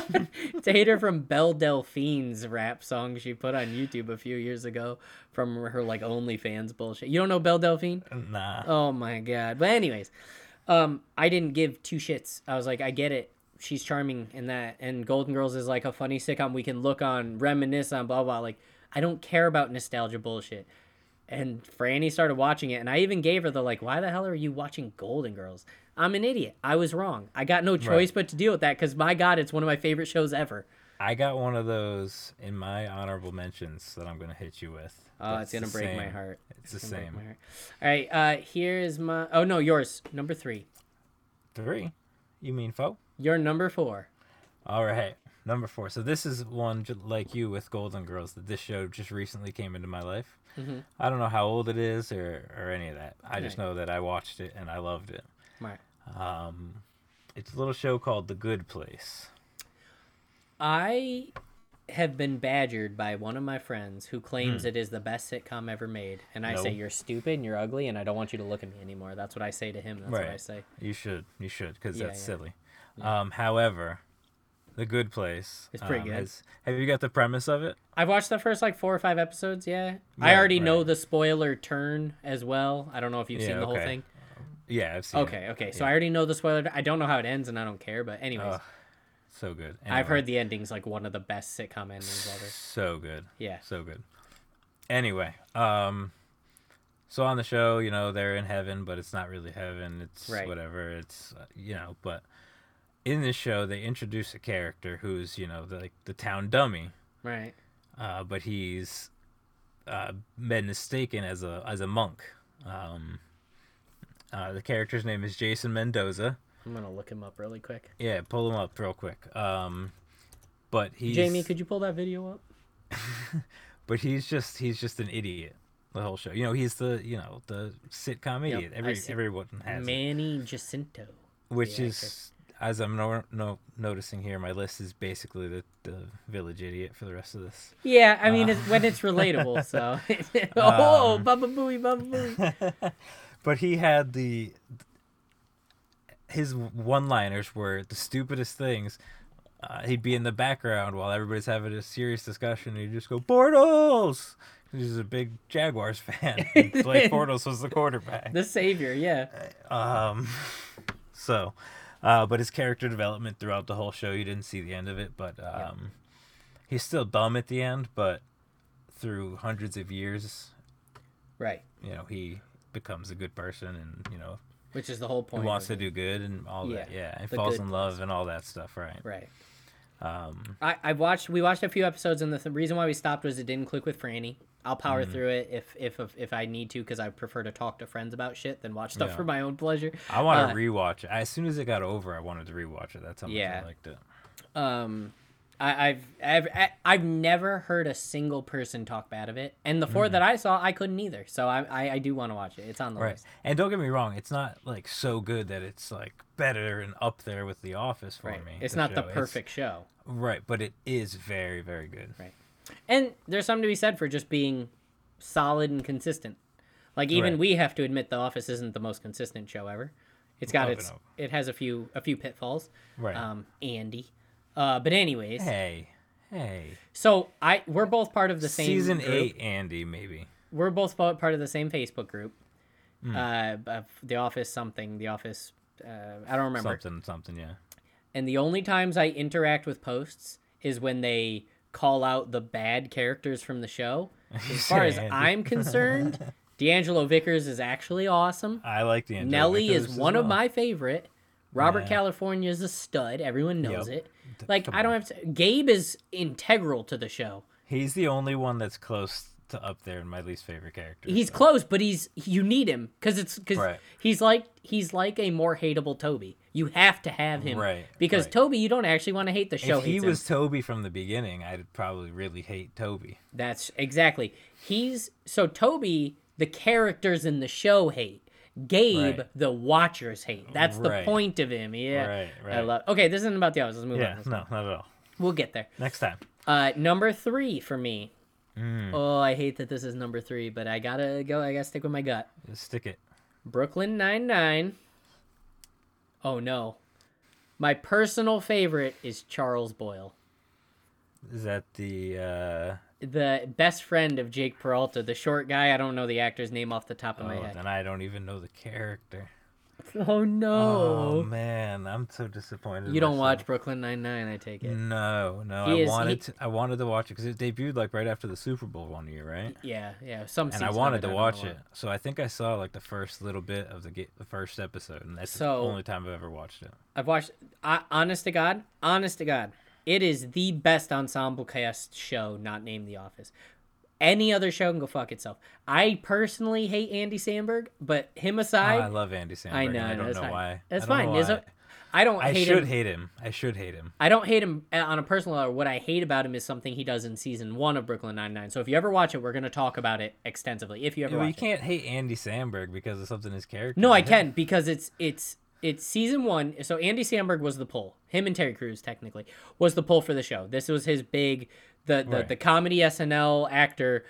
A: it's a hater from Belle Delphine's rap song she put on YouTube a few years ago from her like OnlyFans bullshit. You don't know Belle Delphine?
B: Nah.
A: Oh my god. But anyways, um, I didn't give two shits. I was like, I get it. She's charming in that, and Golden Girls is like a funny sitcom we can look on, reminisce on, blah blah. Like, I don't care about nostalgia bullshit. And Franny started watching it, and I even gave her the like, "Why the hell are you watching Golden Girls? I'm an idiot. I was wrong. I got no choice but to deal with that because my God, it's one of my favorite shows ever."
B: I got one of those in my honorable mentions that I'm gonna hit you with.
A: Oh,
B: That's
A: it's gonna
B: the
A: break my
B: same.
A: heart.
B: It's the
A: gonna break
B: same.
A: my heart. All right, uh, here's my. Oh no, yours number three.
B: Three. You mean foe?
A: Your number four.
B: All right. Number four. So this is one j- like you with Golden Girls that this show just recently came into my life. I don't know how old it is or, or any of that. I just
A: Mm-hmm. Right.
B: know that I watched it and I loved it.
A: Mark.
B: Um, it's a little show called The Good Place.
A: I have been badgered by one of my friends who claims
B: Hmm.
A: it is the best sitcom ever made, and I say
B: No.
A: you're stupid and you're ugly, and I don't want you to look at me anymore. That's what I say to him. That's what I
B: Right.
A: say.
B: You should. You should, because
A: Yeah,
B: that's
A: yeah.
B: silly. Um, however, The Good Place.
A: It's pretty
B: um,
A: good.
B: has- have you got the premise of it?
A: I've watched the first like four or five episodes. Yeah, I
B: Right,
A: already know
B: right.
A: the spoiler turn as well. I don't know if you've
B: Yeah,
A: seen the whole
B: okay.
A: thing.
B: Yeah, I've seen it.
A: Okay, okay. So I already know the spoiler. I don't know how it ends, and I don't care. But anyways,
B: Ugh, so good.
A: I've
B: Anyway,
A: heard the ending's like one of the best sitcom endings ever.
B: so good.
A: Yeah.
B: So good. Anyway, um, so on the show, you know, they're in heaven, but it's not really heaven. It's
A: Right.
B: whatever. It's uh, you know, but in this show, they introduce a character who's you know the, like the town dummy,
A: Right.
B: uh, but he's uh, been mistaken as a as a monk. Um, uh, the character's name is Jason Mendoza.
A: I'm gonna look him up really quick.
B: Yeah, pull him up real quick. Um, but he's
A: Jamie, could you pull that video up?
B: but he's just he's just an idiot the whole show. You know, he's the you know the sitcom
A: Yep,
B: idiot.
A: I
B: Every
A: see.
B: everyone has, it.
A: Manny Jacinto.
B: which
A: the
B: is as I'm no, no noticing here, my list is basically the, the village idiot for the rest of this.
A: Yeah, I
B: Uh,
A: mean, it's, when it's relatable,
B: [laughs]
A: so. [laughs] oh,
B: Um,
A: Baba Booey, Baba Booey.
B: But he had the his one-liners were the stupidest things. Uh, he'd be in the background while everybody's having a serious discussion, and he'd just go Bortles. He's a big
A: [laughs]
B: Jaguars fan. and Blake Bortles was the quarterback.
A: The Savior, yeah.
B: Um, so, uh, but his character development throughout the whole show, you didn't see the end of it, but um, he's still dumb at the end, but through hundreds of years,
A: Right.
B: you know, he becomes a good person and, you know,
A: Which is the whole
B: he
A: point.
B: wants
A: of
B: to
A: it.
B: do good and all that.
A: Yeah,
B: Yeah. And
A: the
B: falls
A: good
B: in love and all that stuff, right?
A: Right.
B: Um,
A: I, I watched, we watched a few episodes, and the th- reason why we stopped was it didn't click with Franny. I'll power
B: Mm-hmm.
A: through it if, if if if I need to, because I prefer to talk to friends about shit than watch stuff
B: Yeah.
A: for my own pleasure.
B: I want to
A: Uh,
B: rewatch it. As soon as it got over, I wanted to rewatch it. That's how much
A: Yeah.
B: I liked it.
A: um I, I've I've I- I've never heard a single person talk bad of it, and the four that I saw, I couldn't either. So I I, I do want to watch it. It's on the
B: Mm-hmm. Right.
A: list.
B: And don't get me wrong, it's not like so good that it's like better and up there with The Office for
A: Right.
B: me.
A: It's not the
B: show. It's-
A: perfect show.
B: Right, but it is very, very good.
A: Right. And there's something to be said for just being solid and consistent. Like even
B: Right.
A: we have to admit The Office isn't the most consistent show ever. It's got
B: Up
A: its
B: and up.
A: it has a few a few pitfalls.
B: Right.
A: Um Andy. Uh but anyways,
B: Hey, hey.
A: so I we're both part of the same
B: Season
A: group.
B: eight, Andy, maybe.
A: We're both bo- part of the same Facebook group.
B: Hmm.
A: Uh of the office something, the office uh I don't remember.
B: Something, something, yeah.
A: and the only times I interact with posts is when they call out the bad characters from the
B: [laughs]
A: show. As far as
B: Andy.
A: I'm concerned,
B: [laughs]
A: D'Angelo Vickers is actually awesome.
B: I like the Angelica
A: Nelly is
B: Vickers as
A: one of
B: well.
A: my favorite. Robert
B: Yeah.
A: California is a stud. Everyone knows
B: Yep.
A: it. Like
B: come
A: I don't have to. Gabe is integral to the show.
B: He's the only one that's close to up there in my least favorite character.
A: He's close, but he's you need him because it's because
B: Right.
A: he's like he's like a more hateable Toby. You have to have him
B: Right,
A: because
B: right.
A: Toby you don't actually want to hate the show.
B: if he
A: hates him.
B: was Toby from the beginning, I'd probably really hate Toby.
A: That's exactly. He's so Toby, the characters in the show hate. Gabe,
B: Right.
A: the watchers hate. That's
B: Right.
A: the point of him. Yeah.
B: Right,
A: I
B: right.
A: love Okay, this isn't about the hours. Let's move
B: Yeah,
A: on.
B: no, not at all.
A: We'll get there.
B: Next time.
A: Uh number three for me.
B: Mm.
A: Oh, I hate that this is number three, but I gotta go. I gotta stick with my gut.
B: Just stick it.
A: Brooklyn Nine Nine. Oh no, my personal favorite is Charles Boyle,
B: Is that the uh
A: the best friend of Jake Peralta, the short guy. I don't know the actor's name off the top of
B: oh,
A: my head.
B: then I don't even know the character.
A: [laughs] Oh
B: Oh,
A: no.
B: man, I'm so disappointed. in
A: you don't
B: myself.
A: watch Brooklyn Nine Nine, I take
B: Mm.
A: it.
B: No, no,
A: He
B: I
A: is-
B: wanted
A: he-
B: to I wanted to watch it cuz it debuted like right after the Super Bowl one year, right?
A: Yeah, yeah. Some
B: And I
A: season
B: wanted
A: of it,
B: to
A: don't
B: watch
A: know
B: it. So I think I saw like the first little bit of the ga- the first episode and that's
A: So-
B: the only time I've ever watched it.
A: why. I've watched. I, honest to God, honest to God, it is the best ensemble cast show, not named The Office. Any other show can go fuck itself. I personally hate Andy Samberg, but him
B: I,
A: aside,
B: Oh, I love Andy Samberg.
A: I
B: and
A: know.
B: I don't
A: that's
B: know
A: fine.
B: why.
A: That's
B: I don't know
A: fine. There's
B: why.
A: a- I don't
B: I
A: hate
B: should
A: him.
B: hate him. I should hate him.
A: I don't hate him uh, on a personal level. What I hate about him is something he does in season one of Brooklyn Nine Nine. So if you ever watch it, we're gonna talk about it extensively. If you ever
B: Well,
A: watch
B: you
A: it.
B: can't hate Andy Samberg because of something his character.
A: No, I
B: did.
A: can because it's it's it's season one. So Andy Samberg was the pull. Him and Terry Crews technically was the pull for the show. This was his big the the,
B: Right.
A: the comedy SNL actor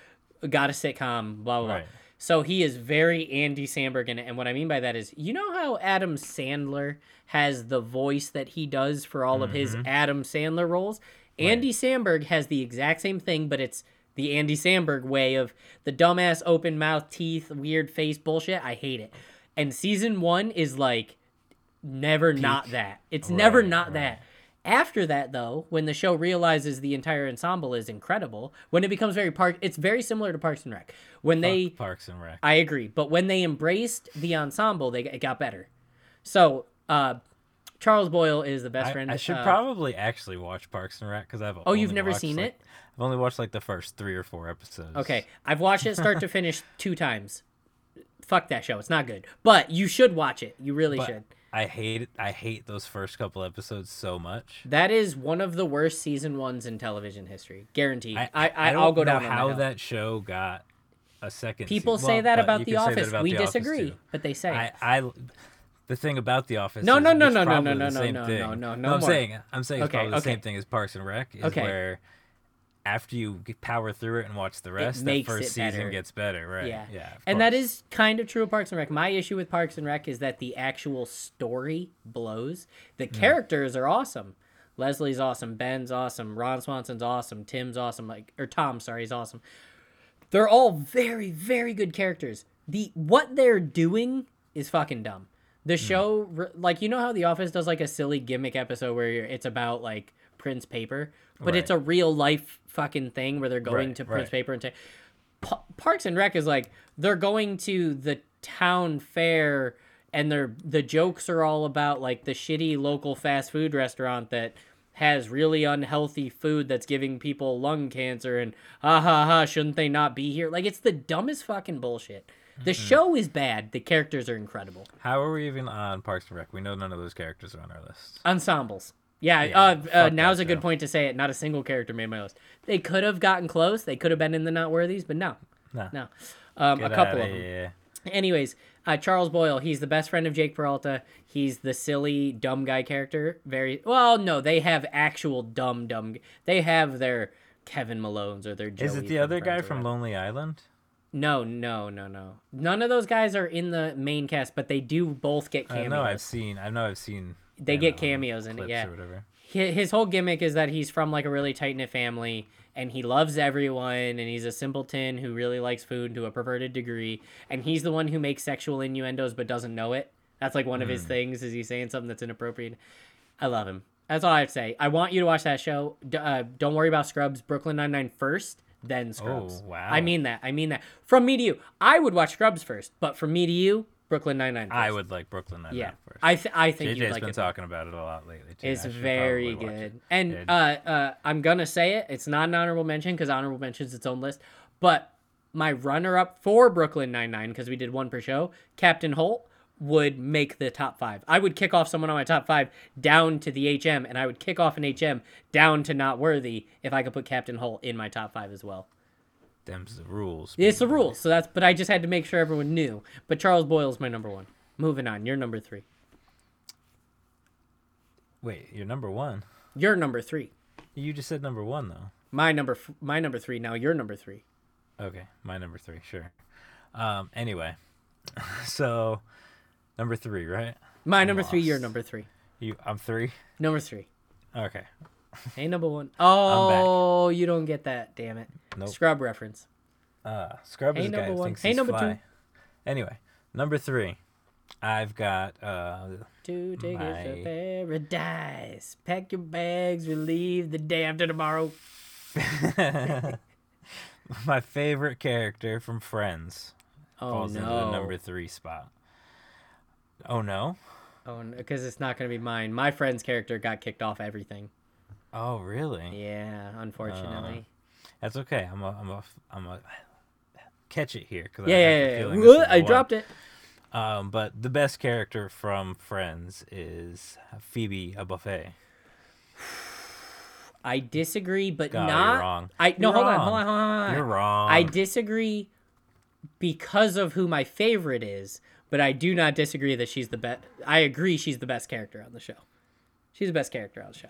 A: got a sitcom. Blah blah. blah.
B: Right.
A: So he is very Andy Samberg, and, and what I mean by that is, you know how Adam Sandler has the voice that he does for all of his Adam Sandler roles. Andy Samberg has the exact same thing, but it's the Andy Samberg way of the dumbass open mouth, teeth, weird face bullshit. I hate it. And season one is like never not that. It's never
B: Right,
A: not
B: right.
A: that. After that, though, when the show realizes the entire ensemble is incredible, when it becomes very park, it's very similar to Parks and Rec. When
B: Fuck
A: they
B: Parks and Rec.
A: I agree. But when they embraced the ensemble, they it got better. So uh, Charles Boyle is the best
B: I,
A: friend.
B: I should
A: uh,
B: probably actually watch Parks and Rec because I've. Oh,
A: you've never seen it?
B: I've only watched like the first three or four episodes.
A: Okay, I've watched it start to
B: [laughs]
A: finish two times. Fuck that show. It's not good. But you should watch it. You really
B: But
A: should.
B: I hate it. I hate those first couple episodes so much.
A: That is one of the worst season ones in television history, guaranteed. I, I,
B: don't
A: will go
B: know
A: down on
B: how
A: hill.
B: that show got a second.
A: People
B: se-
A: say
B: well,
A: that
B: but
A: about
B: you
A: The
B: could say that
A: Office.
B: about
A: we
B: The Office,
A: disagree,
B: too.
A: but they say it.
B: I, I, the thing about The Office.
A: No,
B: is
A: no,
B: it's
A: no, no, no,
B: probably
A: no,
B: the
A: no,
B: same
A: no,
B: thing.
A: no, no, no
B: I'm
A: more.
B: saying, I'm saying it's
A: Okay,
B: probably the
A: okay.
B: same thing as Parks and Rec. Is
A: Okay.
B: where after you get- power through it and watch the rest, that
A: makes
B: first
A: it
B: season
A: better.
B: gets better, right?
A: Yeah.
B: yeah. of
A: and that
B: course.
A: is kind of true of Parks and Rec. My issue with Parks and Rec is that the actual story blows. The characters are awesome. Leslie's awesome. Ben's awesome. Ron Swanson's awesome. Tim's awesome. Like or Tom, sorry, he's awesome. They're all very, very good characters. The what they're doing is fucking dumb. The
B: Hmm.
A: show, r- like you know how The Office does like a silly gimmick episode where you're- it's about like Prince Paper, but it's a
B: Right.
A: real life fucking thing where they're going
B: Right,
A: to Prince
B: right.
A: Paper and. Ta- Pa- Parks and Rec is like they're going to the town fair and they're the jokes are all about like the shitty local fast food restaurant that has really unhealthy food that's giving people lung cancer and ha ha ha shouldn't they not be here like it's the dumbest fucking bullshit the
B: Mm-hmm.
A: show is bad the characters are incredible
B: How are we even on Parks and Rec? We know none of those characters are on our list.
A: ensembles yeah, uh, uh,
B: fuck
A: now's
B: that
A: a good
B: show.
A: point to say it not a single character made my list they could have gotten close they could have been in the not worthies but no
B: No.
A: no um, a
B: Get
A: couple
B: outta
A: of them
B: here.
A: Anyways, uh, Charles Boyle, he's the best friend of Jake Peralta. He's the silly, dumb guy character. Very well, no, they have actual dumb, dumb. They have their Kevin Malones or their. Joey
B: Is it the other guy
A: Friends or
B: from
A: whatever.
B: Lonely Island?
A: No, no, no, no. None of those guys are in the main cast, but they do both get
B: I
A: cameos.
B: know I've seen. I know I've seen.
A: They
B: you
A: get
B: know,
A: cameos in it,
B: clips
A: yeah.
B: Or whatever.
A: Hi- his whole gimmick is that he's from like a really tight knit family and he loves everyone and he's a simpleton who really likes food to a perverted degree and he's the one who makes sexual
B: Hmm.
A: innuendos but doesn't know it. That's like one of his things is he's saying something that's inappropriate. I love him. That's all I have to say. I want you to watch that show. D- uh, don't worry about Scrubs. Brooklyn Nine Nine first, then Scrubs.
B: Oh, wow.
A: I mean that. I mean that. From me to you, I would watch Scrubs first, but from me to you, Brooklyn Nine Nine.
B: I would like Brooklyn Nine
A: Yeah,
B: first.
A: I th- I think you'd
B: JJ's
A: like
B: been
A: it.
B: talking about it a lot lately. Too.
A: It's
B: I should
A: very
B: probably watch it.
A: good. And
B: It-
A: uh, uh, I'm gonna say it. It's not an honorable mention because honorable mention's its own list. But my runner-up for Brooklyn Nine Nine because we did one per show. Captain Holt would make the top five. I would kick off someone on my top five down to the HM, and I would kick off an HM down to not worthy if I could put Captain Holt in my top five as well.
B: Them's the rules.
A: It's the
B: baby.
A: rules, so that's. But I just had to make sure everyone knew. But Charles Boyle's my number one. Moving on, you're number three.
B: Wait, you're number one.
A: You're number three.
B: You just said number one though.
A: My number, f- my number three. Now you're number three.
B: Okay, my number three. Sure. Um. Anyway, [laughs] so number three, right?
A: My number three, your
B: lost.
A: number three.
B: You, I'm three.
A: Number three.
B: Okay.
A: Hey, number one. Oh, you don't get that. Damn it.
B: Nope.
A: Scrub reference.
B: Uh, Scrub
A: Hey,
B: is a guy
A: number
B: who
A: one.
B: thinks
A: Hey,
B: he's
A: number two.
B: fly. Anyway, number three, I've got uh, [laughs]
A: Two tickets to
B: My-
A: paradise. Pack your bags. We leave the day after tomorrow.
B: my favorite character from Friends
A: Oh
B: falls into
A: no.
B: the number three spot. Oh no!
A: oh, because it's not gonna be mine. My friend's character got kicked off everything.
B: Oh really?
A: Yeah, unfortunately.
B: Uh, That's okay. I'm a, I'm a, I'm a catch it here because
A: yeah,
B: I,
A: yeah,
B: have
A: yeah,
B: the
A: yeah.
B: feeling this is
A: What?
B: the
A: I
B: one.
A: dropped it.
B: Um, but the best character from Friends is Phoebe a buffet.
A: I disagree, but
B: God,
A: not.
B: you're wrong.
A: I no.
B: You're
A: hold on.
B: wrong.
A: Hold on. Hold on.
B: You're wrong.
A: I disagree because of who my favorite is, but I do not disagree that she's the best. I agree she's the best character on the show. She's the best character on the show.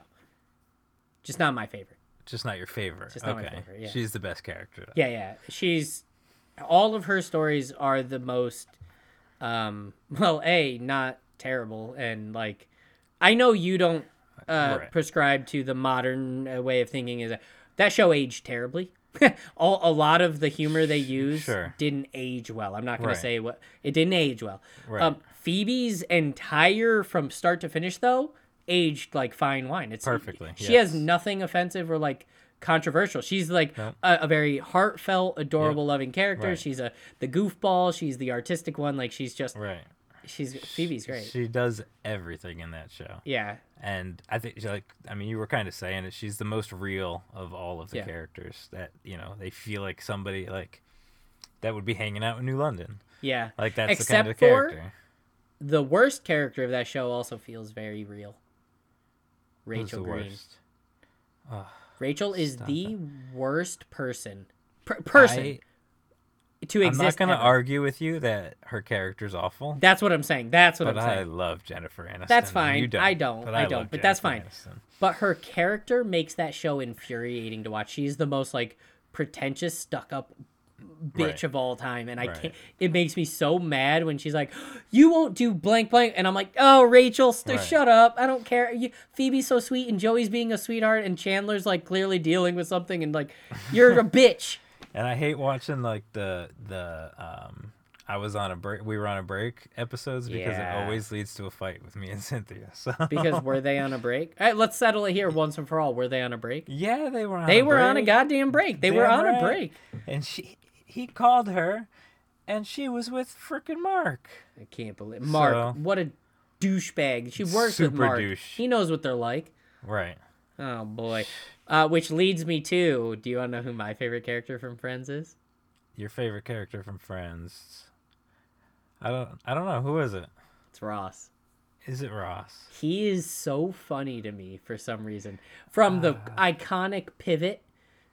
A: Just not my favorite.
B: Just not your favorite.
A: Just not my
B: okay.
A: favorite, yeah.
B: She's the best character.
A: Yeah, yeah. She's all of her stories are the most um [laughs] well, A, not terrible and like I know you don't uh
B: Right.
A: prescribe to the modern uh, way of thinking is that, that show aged terribly. [laughs] all, a lot of the humor they use
B: Sure.
A: didn't age well. I'm not going
B: Right.
A: to say what it didn't age well.
B: Right.
A: Um Phoebe's entire from start to finish though aged like fine wine. It's
B: Perfectly,
A: She
B: yes.
A: has nothing offensive or like controversial. She's like a, a very heartfelt, adorable, loving character.
B: Right.
A: She's a the goofball. She's the artistic one. Like she's just
B: Right.
A: she's Phoebe's great.
B: She does everything in that show.
A: yeah,
B: and I think she, like I mean you were kind of saying it. She's the most real of all of the
A: Yeah.
B: characters that you know they feel like somebody like that would be hanging out in New London.
A: yeah.
B: Like that's
A: Except
B: the kind of
A: for-
B: character.
A: The worst character of that show also feels very real.
B: Who's
A: Rachel
B: the
A: Green.
B: worst?
A: Rachel is the worst person. Per- person to
B: I, am
A: exist.
B: not going to
A: ever.
B: argue with you that her character's awful,
A: That's what I'm saying. That's what
B: but
A: I'm
B: I
A: saying.
B: love Jennifer Aniston.
A: That's
B: and
A: fine.
B: You don't.
A: I don't.
B: But
A: I
B: love
A: don't, but that's
B: Jennifer Aniston.
A: But her character makes that show infuriating to watch. She's the most like pretentious, stuck up bitch
B: Right.
A: of all time. And I
B: Right.
A: can't it makes me so mad when she's like, You won't do blank blank and I'm like, Oh Rachel, st-
B: Right.
A: shut up. I don't care. You, Phoebe's so sweet and Joey's being a sweetheart and Chandler's like clearly dealing with something and like you're a
B: [laughs]
A: bitch.
B: And I hate watching like the the um I was on a break we were on a break episodes because
A: Yeah.
B: it always leads to a fight with me and Cynthia. [laughs] So
A: Because were they on a break? All right, let's settle it here once and for all. Were they on a break?
B: Yeah, they were on
A: They
B: a
A: were on a
B: break.
A: goddamn break. They were
B: Damn
A: on a
B: right.
A: break.
B: And she he called her and she was with frickin' Mark.
A: I can't believe Mark.
B: So-
A: What a douchebag. She works with
B: Super
A: Mark.
B: douche.
A: He knows what they're like.
B: Right.
A: Oh boy. Uh, which leads me to. Do you want to know who my favorite character from Friends is?
B: Your favorite character from Friends. I don't I don't know, who is it?
A: It's Ross.
B: Is it Ross?
A: He is so funny to me for some reason. From the
B: Ah.
A: iconic pivot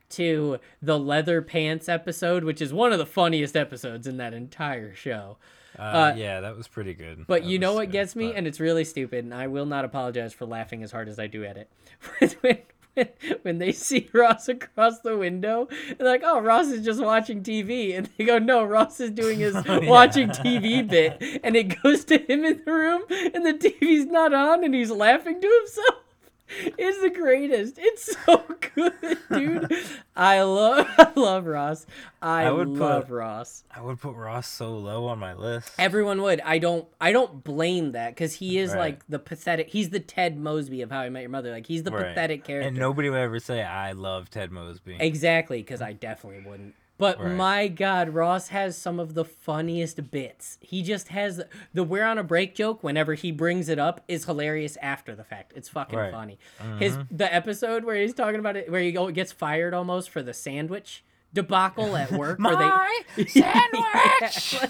A: to the leather pants episode, which is one of the funniest episodes in that entire show.
B: Uh,
A: Uh,
B: yeah, that was pretty good.
A: But
B: That
A: you know
B: was
A: what
B: good,
A: gets me,
B: but-
A: and it's really stupid, and I will not apologize for laughing as hard as I do at it. [laughs] when, when, when they see [laughs] Ross across the window, and they're like, "Oh, Ross is just watching TV," and they go, "No, Ross is doing
B: [laughs]
A: his
B: Oh, yeah.
A: watching TV bit," and it goes to him in the room, and the TV's not on, and he's laughing to himself. [laughs] is the greatest. It's so [laughs] good, dude. I love [laughs] I love Ross. I,
B: I would
A: love
B: put-
A: Ross.
B: I would put Ross so low on my list.
A: Everyone would. I don't I don't blame that cuz he is
B: Right.
A: like the pathetic he's the Ted Mosby of How I Met Your Mother. Like he's the
B: Right.
A: pathetic character.
B: And nobody would ever say I love Ted Mosby.
A: Exactly, because I definitely wouldn't. But
B: Right.
A: my God, Ross has some of the funniest bits. He just has the "We're on a break" joke. Whenever he brings it up, is hilarious after the fact. It's fucking
B: Right. Mm-hmm.
A: funny. His the episode where he's talking about it, where he go- gets fired almost for the sandwich debacle at work. where they-
B: My
A: [laughs] Yeah,
B: sandwich.
A: like,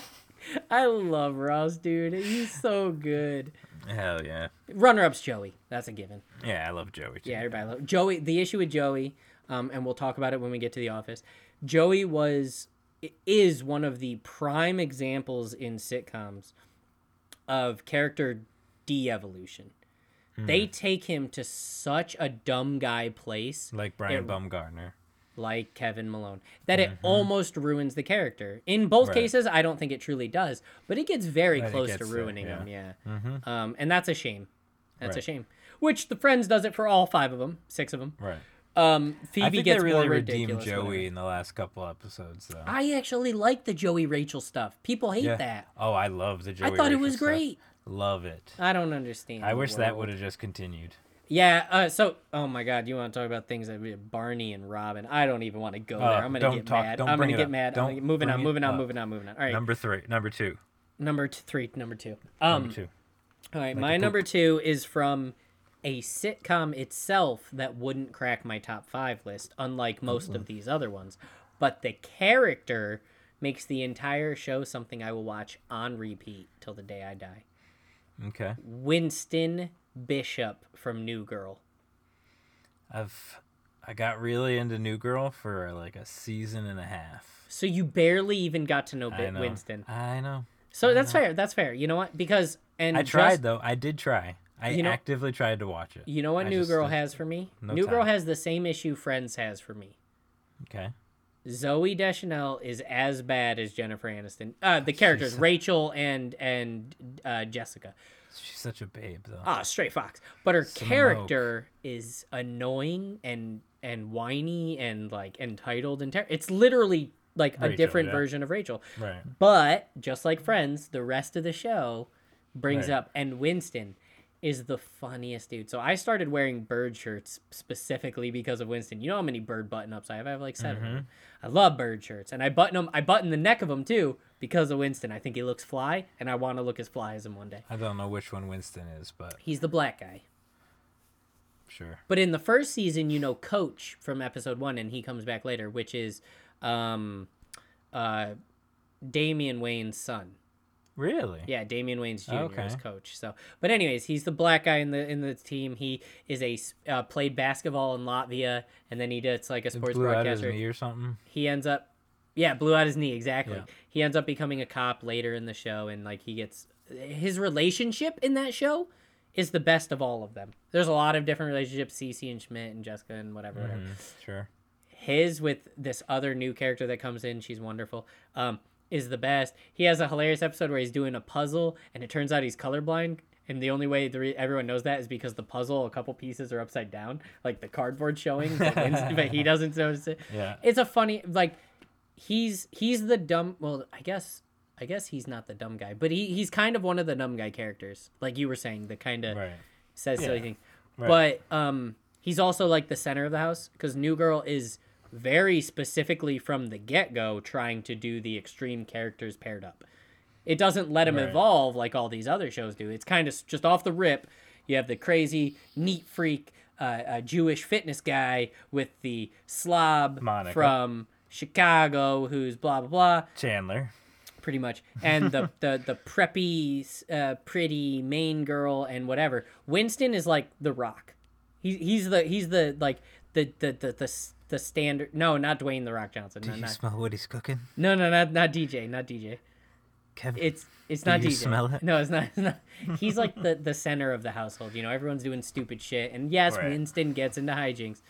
A: [laughs] I love Ross, dude. He's so good.
B: Hell yeah.
A: Runner-up's Joey. That's a given.
B: Yeah, I love Joey. Too.
A: Yeah, everybody loved Joey. The issue with Joey, um, and we'll talk about it when we get to the office. Joey was is one of the prime examples in sitcoms of character de-evolution.
B: Hmm.
A: They take him to such a dumb guy place,
B: Like Brian
A: It-
B: Bumgarner.
A: like Kevin Malone, that it almost ruins the character. In both
B: Mm-hmm. Right.
A: cases, I don't think it truly does, but it gets very
B: But it
A: close
B: gets
A: to
B: there,
A: ruining
B: yeah. Mm-hmm.
A: him. Yeah, um, and that's a shame. That's a
B: Right.
A: shame. Which the Friends does it for all five of them, six of them.
B: Right.
A: Um, Phoebe
B: I think they
A: gets
B: really
A: more
B: redeemed
A: ridiculous.
B: Joey
A: Joey.
B: in the last couple episodes, though.
A: I actually like the Joey Rachel stuff. People hate
B: yeah.
A: that.
B: Oh, I love the Joey.
A: I thought it
B: Rachel
A: was
B: stuff.
A: great.
B: Love it.
A: I don't understand.
B: I
A: the
B: wish that
A: world.
B: would have just continued.
A: Yeah. Uh, so, oh my God, you want to talk about things that we Barney and Robin? I don't even want to go there.
B: Oh,
A: I'm gonna
B: don't
A: get
B: talk-
A: mad.
B: don't
A: I'm
B: bring
A: gonna
B: it
A: get
B: up.
A: mad. I'm
B: Don't
A: gonna get- moving on.
B: bring it
A: Moving on.
B: up.
A: Moving on. Moving on. All right. Number,
B: Number three, number two,
A: t- three. Number two. Um.
B: number two.
A: All right. My
B: poop.
A: number two is from a sitcom itself that wouldn't crack my top five list, unlike most of these other ones. But the character makes the entire show something I will watch on repeat till the day I die.
B: Okay.
A: Winston Bishop from New Girl.
B: I've I got really into New Girl for like a season and a half.
A: So you barely even got to know,
B: I
A: Bi-
B: know.
A: Winston.
B: I know.
A: So that's fair. That's fair. You know what? Because and
B: I
A: just-
B: tried though. I did try. I
A: You know-
B: actively tried to watch it.
A: you know what
B: I
A: New
B: just
A: Girl
B: did-
A: has for me?
B: no
A: New Girl
B: time.
A: has the same issue Friends has for me.
B: Okay.
A: Zoe Deschanel is as bad as Jennifer Aniston. Uh, [laughs] the characters Rachel and and uh, Jessica.
B: She's such a babe though.
A: Ah, straight fox. But her
B: Smoke.
A: character is annoying and and whiny and like entitled and ter- it's literally like a
B: Rachel,
A: different
B: yeah.
A: version of Rachel.
B: Right.
A: But just like Friends, the rest of the show brings
B: Right.
A: up and Winston is the funniest dude. So I started wearing bird shirts specifically because of Winston. You know how many bird button ups I have? I have like 7 of them. I love bird shirts, and I button them. I button the neck of them too because of Winston. I think he looks fly, and I want to look as fly as him one day.
B: I don't know which one Winston is, but
A: He's the black guy.
B: sure.
A: But in the first season, you know Coach from episode one, and he comes back later, which is um, uh, Damian Wayne's son.
B: Really?
A: Yeah, Damian Wayne's Jr. is
B: Okay.
A: coach. So, but anyways, he's the black guy in the in the team. He is a s- uh, played basketball in Latvia, and then he does like a sports
B: Blew out his
A: broadcaster.
B: knee or something.
A: He ends up, yeah, blew out his knee exactly.
B: Yeah.
A: He ends up becoming a cop later in the show, and like he gets his relationship in that show is the best of all of them. There's a lot of different relationships: Cece and Schmidt and Jessica and whatever,
B: Mm-hmm.
A: whatever
B: Sure.
A: his with this other new character that comes in she's wonderful um is the best he has a hilarious episode where he's doing a puzzle and it turns out he's colorblind and the only way the re- everyone knows that is because the puzzle a couple pieces are upside down like the cardboard showing but,
B: [laughs]
A: Wins- but he doesn't notice it
B: Yeah.
A: it's a funny like he's he's the dumb well i guess i guess he's not the dumb guy but he, he's kind of one of the dumb guy characters like you were saying the kind of
B: Right.
A: says silly
B: Yeah,
A: things.
B: right.
A: But um, he's also like the center of the house because New Girl is very specifically from the get go trying to do the extreme characters paired up. It doesn't let him
B: Right.
A: evolve like all these other shows do. It's kind of just off the rip. You have the crazy neat freak uh, uh, Jewish fitness guy with the slob
B: Monica.
A: from Chicago who's blah blah blah
B: Chandler.
A: pretty much and
B: [laughs]
A: the the, the preppy uh, pretty main girl and whatever winston is like the rock he, he's the he's the like the the the, the, s- the standard no not dwayne the rock johnson no
B: Do you
A: not,
B: smell what he's cooking,
A: no no not, not dj not dj
B: Kevin?
A: it's it's not
B: you
A: dj
B: smell it?
A: no it's not, it's not he's
B: [laughs]
A: like the the center of the household you know everyone's doing stupid shit and yes
B: Right.
A: winston gets into hijinks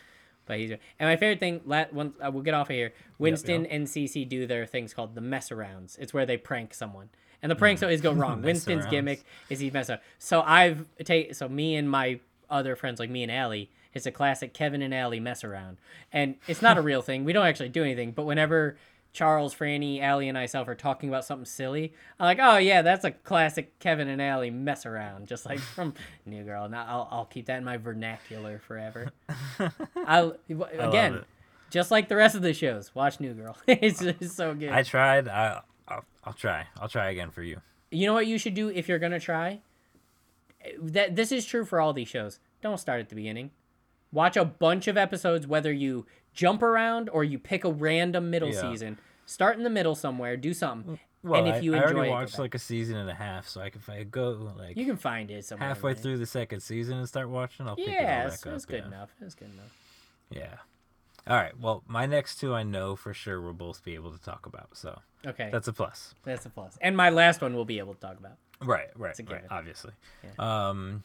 A: but he's and my favorite thing let once uh, we'll get off of here winston and cc do their things called the mess arounds it's where they prank someone and the pranks always go wrong
B: Mess
A: winston's
B: arounds.
A: gimmick is he mess up so i've take so me and my other friends like me and Allie, it's a classic Kevin and Allie mess around. And it's not a real thing. We don't actually do anything, but whenever Charles, Franny, Allie, and myself are talking about something silly, I'm like, oh, yeah, that's a classic Kevin and Allie mess around, just like from New Girl. And I'll, I'll keep that in my vernacular forever. I, again,
B: it.
A: just like the rest of the shows, watch New Girl. [laughs] it's just so good.
B: I tried. I, I'll, I'll try. I'll try again for you.
A: You know what you should do if you're gonna try. That this is true for all these shows. Don't start at the beginning. Watch a bunch of episodes, whether you jump around or you pick a random middle
B: Yeah.
A: season. Start in the middle somewhere, do something,
B: Well,
A: and if you
B: I, I
A: enjoy it,
B: already
A: go
B: watched
A: back.
B: like a season and a half, so I can if I go like
A: you can find it somewhere.
B: halfway
A: right?
B: through the second season and start watching, I'll pick it all
A: Yeah,
B: back
A: it's,
B: up.
A: it's good
B: yeah.
A: enough. It's good enough.
B: Yeah. All right. Well, my next two I know for sure we'll both be able to talk about, so
A: Okay, that's
B: that's a plus.
A: that's a plus. And my last one we'll be able to talk about.
B: Right. Right.
A: a
B: right
A: given.
B: obviously. Um,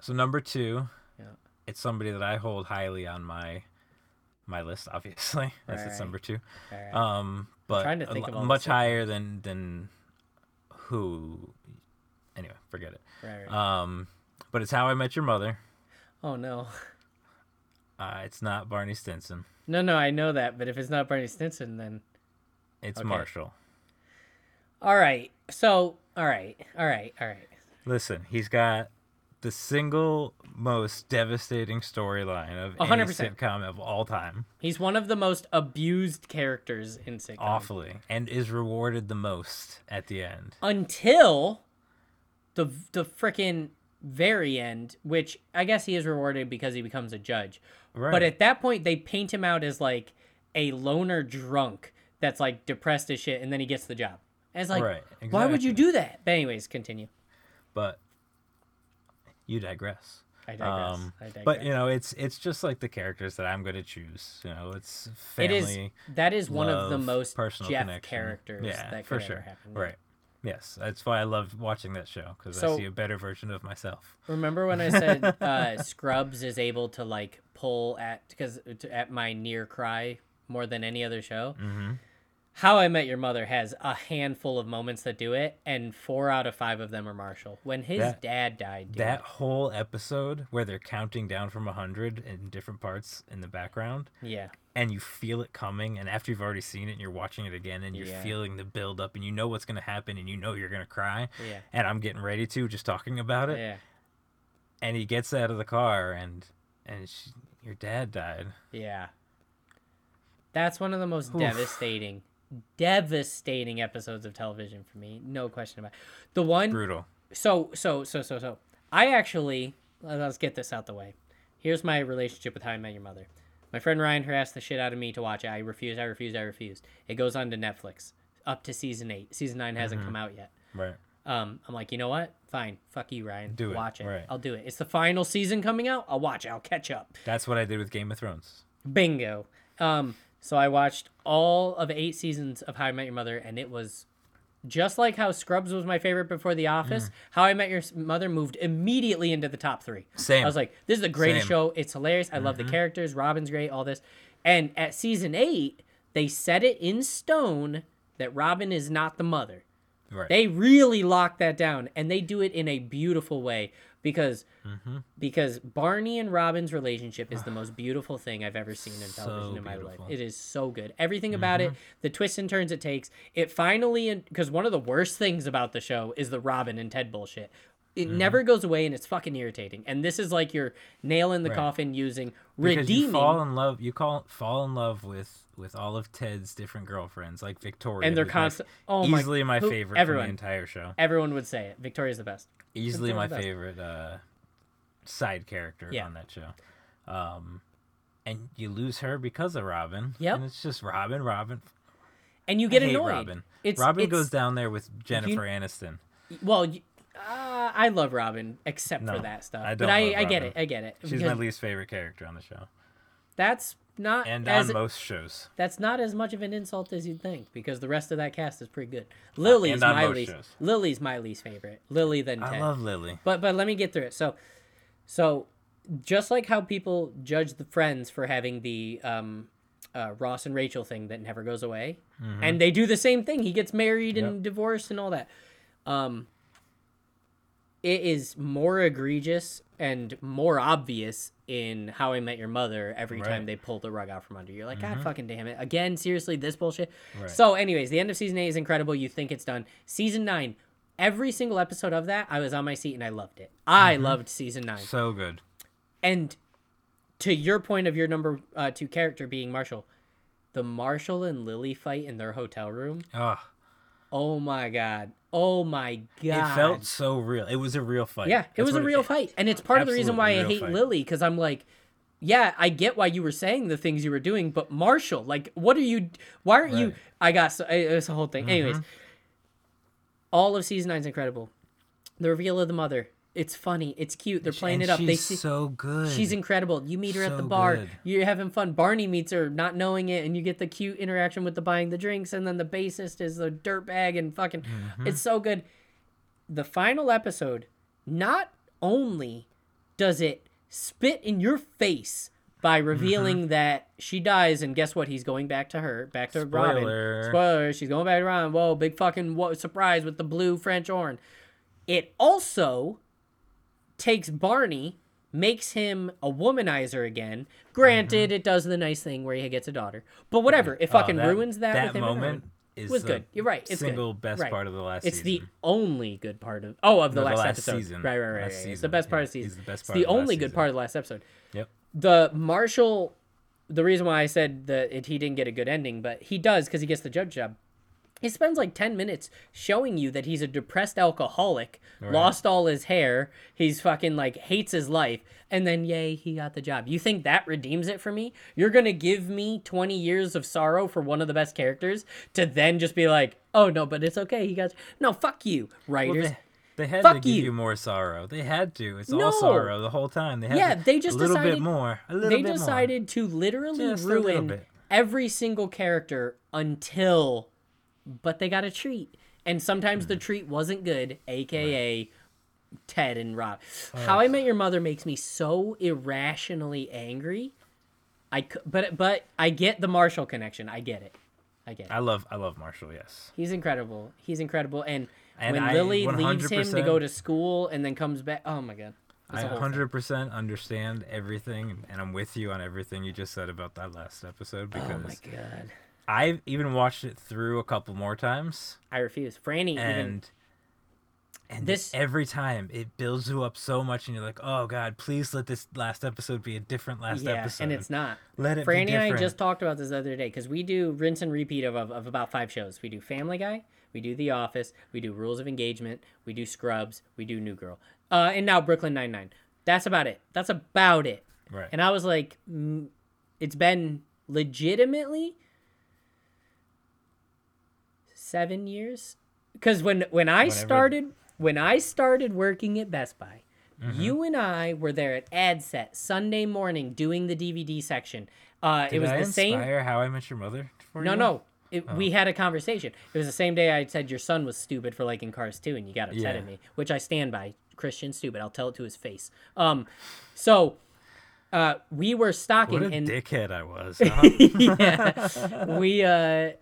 B: so number two,
A: Yeah.
B: it's somebody that I hold highly on my my list. Obviously, [laughs] that's
A: Right,
B: its
A: right.
B: number two.
A: All right.
B: Um, but
A: trying to
B: a
A: think
B: lo-
A: of all the
B: much
A: stuff.
B: higher than than who. Anyway, forget it.
A: right, right.
B: Um, but it's How I Met Your Mother.
A: oh no, [laughs]
B: Uh, it's not Barney Stinson.
A: no, no. I know that, but if it's not Bernie Stinson, then
B: It's
A: Okay.
B: Marshall.
A: all right. So all right, all right, all right.
B: Listen, he's got the single most devastating storyline of any
A: 100%.
B: sitcom of all time,
A: He's one of the most abused characters in sitcoms.
B: awfully, and is rewarded the most at the end.
A: Until the the frickin' very end, which I guess he is rewarded because he becomes a judge.
B: Right.
A: But at that point, they paint him out as like a loner drunk that's like depressed as shit, and then he gets the job. And it's like,
B: Right,
A: why would you do
B: exactly.
A: that? But anyways, continue.
B: But you digress.
A: I digress.
B: Um,
A: I digress.
B: But you know, it's it's just like the characters that I'm going to choose. You know, it's
A: it
B: family.
A: is that is one of the
B: love,
A: most
B: personal
A: Jeff
B: connection.
A: characters
B: Yeah,
A: that could
B: for
A: ever
B: sure.
A: happen.
B: Right. Yes, that's why I love watching that show because I
A: So-
B: see a better version of myself.
A: Remember when I
B: [laughs]
A: said uh, Scrubs is able to like pull at because at my near cry more than any other show. Mm-hmm. How I Met Your Mother has a handful of moments that do it, and four out of five of them are Marshall. When his
B: That-
A: dad died, dude,
B: That whole episode where they're counting down from 100 in different parts in the background,
A: yeah,
B: and you feel it coming, and after you've already seen it and you're watching it again, and you're
A: Yeah.
B: feeling the build up, and you know what's going to happen, and you know you're going to cry. [sighs]
A: Yeah.
B: And I'm getting ready to just talking about it.
A: yeah,
B: And he gets out of the car, and and she, your dad died.
A: yeah. That's one of the most devastating, devastating episodes of television for me. No question about it. the one.
B: Brutal.
A: so so so so so i actually let- let's get this out the way here's my relationship with how i met your mother my friend ryan harassed the shit out of me to watch it i refused i refused i refused it goes on to netflix up to season eight season nine hasn't
B: Mm-hmm.
A: come out yet
B: Right.
A: um, i'm like you know what fine fuck you ryan
B: Do it,
A: watch it
B: right.
A: i'll do it it's the final season coming out i'll watch it i'll catch up
B: That's what I did with Game of Thrones.
A: Bingo. Um, so I watched all of eight seasons of How I Met Your Mother, and it was just like how Scrubs was my favorite before The
B: Mm.
A: Office. How I Met Your S- Mother moved immediately into the top three.
B: Same.
A: I was like, this is the greatest
B: Same. Mm-hmm.
A: show. It's hilarious. I love the characters. Robin's great. All this. And at season eight, they set it in stone that Robin is not the mother.
B: Right.
A: They really lock that down, and they do it in a beautiful way because
B: Mm-hmm.
A: because Barney and Robin's relationship is the
B: [sighs]
A: most beautiful thing I've ever seen in
B: So
A: television in my life.
B: beautiful. Mm-hmm.
A: It is so good. Everything about it, the twists and turns it takes. It finally because one of the worst things about the show is the Robin and Ted bullshit. It
B: Mm-hmm.
A: never goes away, and it's fucking irritating. And this is like your nail in the coffin using
B: because you
A: redeeming.
B: fall in love you call fall in love with with all of ted's different girlfriends like victoria
A: And they're
B: who's my-
A: constant- oh my-
B: easily my
A: who-
B: favorite
A: everyone.
B: from the entire show
A: Everyone would say it. Victoria's the best.
B: easily
A: Victoria's
B: my
A: the best.
B: favorite uh side character
A: Yeah.
B: on that show um and you lose her because of robin
A: Yep.
B: and it's just robin robin
A: And you get
B: I hate
A: annoyed.
B: robin
A: It's,
B: robin
A: it's-
B: goes down there with jennifer aniston
A: Well, y- uh, I love Robin except for
B: No,
A: that stuff.
B: I
A: but
B: don't
A: I,
B: love
A: I get
B: Robin.
A: it. I get it.
B: she's my
A: because
B: least favorite character on the show
A: that's not
B: and
A: as
B: on most shows
A: that's not as much of an insult as you'd think because the rest of that cast is pretty good. Lily
B: and
A: is
B: on
A: my
B: most
A: least.
B: shows.
A: Lily's my least favorite. Lily then Ted.
B: i love lily
A: But but let me get through it. So so just like how people judge the friends for having the um, uh, Ross and Rachel thing that never goes away, and they do the same thing. He gets married and divorced and all that. Um, it is more egregious and more obvious in How I Met Your Mother every
B: Right.
A: time they pull the rug out from under you. You're like, God fucking damn it. Again, seriously, this bullshit.
B: Mm-hmm. Right.
A: So, anyways, the end of season eight is incredible. You think it's done. Season nine, every single episode of that, I was on my seat and I loved it. I loved season nine.
B: Mm-hmm. So good.
A: And to your point of your number uh, two character being Marshall, the Marshall and Lily fight in their hotel room.
B: Ugh.
A: Oh my god. Oh my god.
B: Ah, It felt so real. It was a real fight.
A: Yeah, it
B: That's
A: was a
B: what
A: real fight, and it's part of the reason
B: Absolute
A: why I
B: real
A: hate
B: fight.
A: Lily because I'm like, yeah, I get why you were saying the things you were doing, but Marshall, like, what are you? Why aren't you?
B: Right. Mm-hmm.
A: I got so it- it's a whole thing. Anyways, all of season nine's incredible. The reveal of the mother, it's funny, it's cute. They're playing
B: And
A: it up.
B: She's
A: they see
B: so good. Oh,
A: she's incredible. You meet her at the
B: So
A: bar.
B: good.
A: You're having fun. Barney meets her, not knowing it, and you get the cute interaction with the buying the drinks, and then the bassist is the dirtbag, and fucking,
B: Mm-hmm.
A: it's so good. The final episode, not only does it spit in your face by
B: Mm-hmm.
A: revealing that she dies, and guess what? He's going back to her, back to
B: Spoiler.
A: Robin. Spoiler: She's going back to Robin. Whoa, big fucking whoa, surprise with the blue French horn. It also takes Barney, makes him a womanizer again. Granted, it does the nice thing where he gets a daughter, but whatever. It
B: Mm-hmm. Oh,
A: fucking ruins that.
B: That
A: with him and
B: moment
A: Robin.
B: is
A: was
B: the
A: good. You're right. It's good.
B: single best
A: Right.
B: part of the last.
A: It's
B: season.
A: the only good part of oh of the,
B: No,
A: last, episode. Right, right, right.
B: Last
A: right. It's the
B: season,
A: best part
B: yeah.
A: of the season.
B: It's the best
A: It's
B: part
A: the
B: of the last
A: only good
B: season.
A: part of the last episode.
B: Yep.
A: The Marshall, the reason why I said that it, he didn't get a good ending, but he does because he gets the judge job. He spends like 10 minutes showing you that he's a depressed alcoholic, lost all his hair, he's fucking like hates his life, and then yay, he got the job. You think that redeems it for me? You're gonna give me 20 years of sorrow for one of the best characters to then just be like, oh no, but it's okay, he got. No, fuck you,
B: Well,
A: writers.
B: they, they had
A: Fuck
B: to give
A: you.
B: you. more sorrow. They had to. It's
A: No.
B: all sorrow the whole time. They had
A: Yeah,
B: to-
A: they just
B: a little
A: decided-
B: bit more. A little
A: they
B: bit more.
A: decided to literally
B: Just a little
A: ruin
B: bit.
A: every single character until but they got a treat and sometimes
B: Mm.
A: the treat wasn't good aka ted and rob how i met your mother makes me so irrationally angry i c- but but i get the marshall connection i get it i get it
B: I love. I love Marshall. Yes.
A: He's incredible. He's incredible. And,
B: And
A: when
B: I
A: Lily leaves him to go
B: 100%
A: to school and then comes back, oh my god,
B: I
A: It's a whole thing.
B: 100% understand everything, and I'm with you on everything you just said about that last episode
A: oh my
B: because
A: god,
B: I've even watched it through a couple more times,
A: I refuse. Franny even
B: and and
A: This-
B: this every time it builds you up so much, and you're like, oh god, please let this last episode be a different last
A: yeah,
B: episode.
A: and it's not.
B: Let it be
A: Franny and I
B: different.
A: just talked about this the other day because we do rinse and repeat of, of, of about five shows. We do Family Guy, we do The Office, we do Rules of Engagement, we do Scrubs, we do New Girl, uh, and now Brooklyn Nine Nine. That's about it. That's about it.
B: right.
A: And I was like, mm, it's been legitimately seven years. Because when when I started when I started working at Best Buy, you
B: Mm-hmm.
A: and I were there at AdSet Sunday morning doing the DVD section. Uh, it
B: Did
A: was
B: I
A: the same.
B: inspire How I Met Your Mother for
A: No,
B: you?
A: no. It,
B: Oh.
A: We had a conversation. It was the same day I said your son was stupid for liking Cars 2, and you got upset
B: Yeah.
A: at me, which I stand by. Christian stupid. I'll tell it to his face. Um, so uh, we were
B: What
A: stocking,
B: a
A: and
B: dickhead
A: [laughs]
B: I was. huh?
A: yeah, we uh,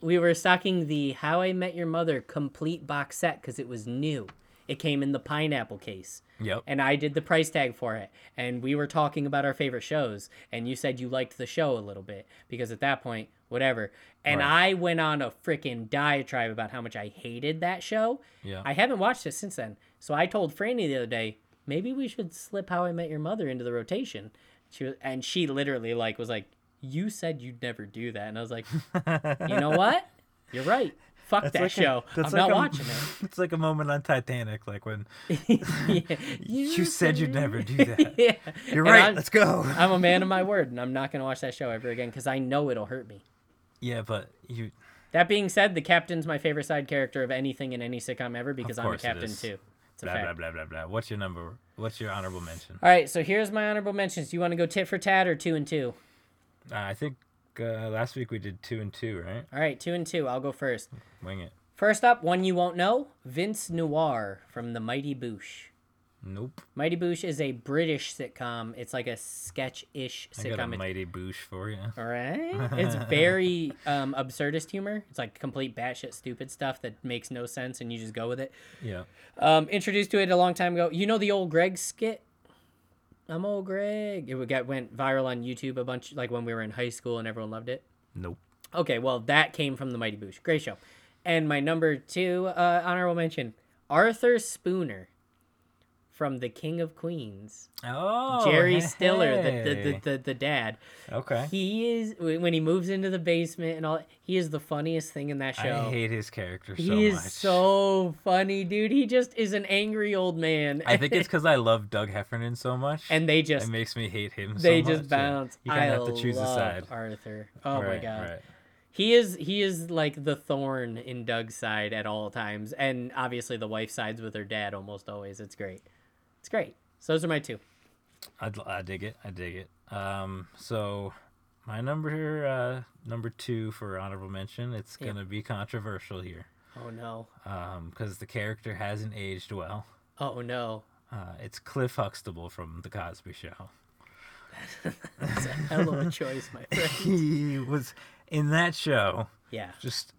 A: we were stocking the How I Met Your Mother complete box set because it was new. It came in the pineapple case
B: yep.
A: and I did the price tag for it. And we were talking about our favorite shows, and you said you liked the show a little bit because at that point, whatever. And I went on a freaking diatribe about how much I hated that show.
B: Yeah.
A: I haven't watched it since then. So I told Franny the other day, maybe we should slip How I Met Your Mother into the rotation. She was, and she literally like was like, "You said you'd never do that," and I was
B: [laughs]
A: like, "You know what? You're right. Fuck that
B: like a-
A: show. I'm
B: that's
A: not
B: like a-
A: watching it."
B: [laughs] It's like a moment on Titanic, like when
A: [laughs] Yeah.
B: [laughs] you said you'd never do that.
A: Yeah.
B: You're
A: And
B: right.
A: I'm-
B: let's go.
A: I'm a man of my word, and I'm not going to watch that show ever again because I know it'll hurt me.
B: yeah, but you.
A: That being said, the captain's my favorite side character of anything in any sitcom ever because I'm a
B: course it
A: captain
B: is.
A: too. It's a
B: Blah
A: fact.
B: blah blah blah blah. What's your number? What's your honorable mention?
A: All right, so here's my honorable mentions. Do you want to go tit for tat or two and two?
B: Uh, I think uh, last week we did two and two, right?
A: All right, two and two. I'll go first.
B: Wing it.
A: First up, one you won't know Vince Noir from The Mighty Boosh.
B: Nope.
A: Mighty Boosh is a British sitcom. It's like a sketch-ish
B: I got a
A: sitcom. It's-
B: mighty boosh for you.
A: All right. It's very um, absurdist humor. It's like complete batshit stupid stuff that makes no sense, and you just go with it.
B: Yeah.
A: Um, introduced to it a long time ago. You know the old Greg skit. I'm old Greg. It would get went viral on YouTube a bunch, like when we were in high school, and everyone loved it.
B: Nope.
A: Okay, well, that came from the Mighty Boosh. Great show. And my number two uh, honorable mention Arthur Spooner from The King of Queens.
B: Oh,
A: Jerry
B: hey,
A: Stiller, the, the, the,
B: hey.
A: the, the dad.
B: Okay.
A: He is, when he moves into the basement and all, he is the funniest thing in that show.
B: I hate his character so
A: he is
B: much.
A: so funny, dude. He just is an angry old man.
B: I
A: [laughs]
B: think it's because I love Doug Heffernan so much.
A: and they just
B: it makes me hate him. so
A: they
B: much.
A: just bounce.
B: You kind of have to choose
A: love
B: a side.
A: Arthur. Oh my
B: Right,
A: god.
B: right.
A: He is he is like the thorn in Doug's side at all times, and obviously the wife sides with her dad almost always. It's great. It's great. So those are my two.
B: I'd, I dig it. I dig it. Um, so my number uh, number two for honorable mention. It's
A: Yeah.
B: gonna be controversial here
A: Oh no.
B: because the character hasn't aged well.
A: Oh no.
B: Uh, it's Cliff Huxtable from The
A: [laughs]
B: Cosby Show.
A: It's a [laughs] hell of a choice, my friend.
B: He was in that show.
A: [laughs] Yeah.
B: Just,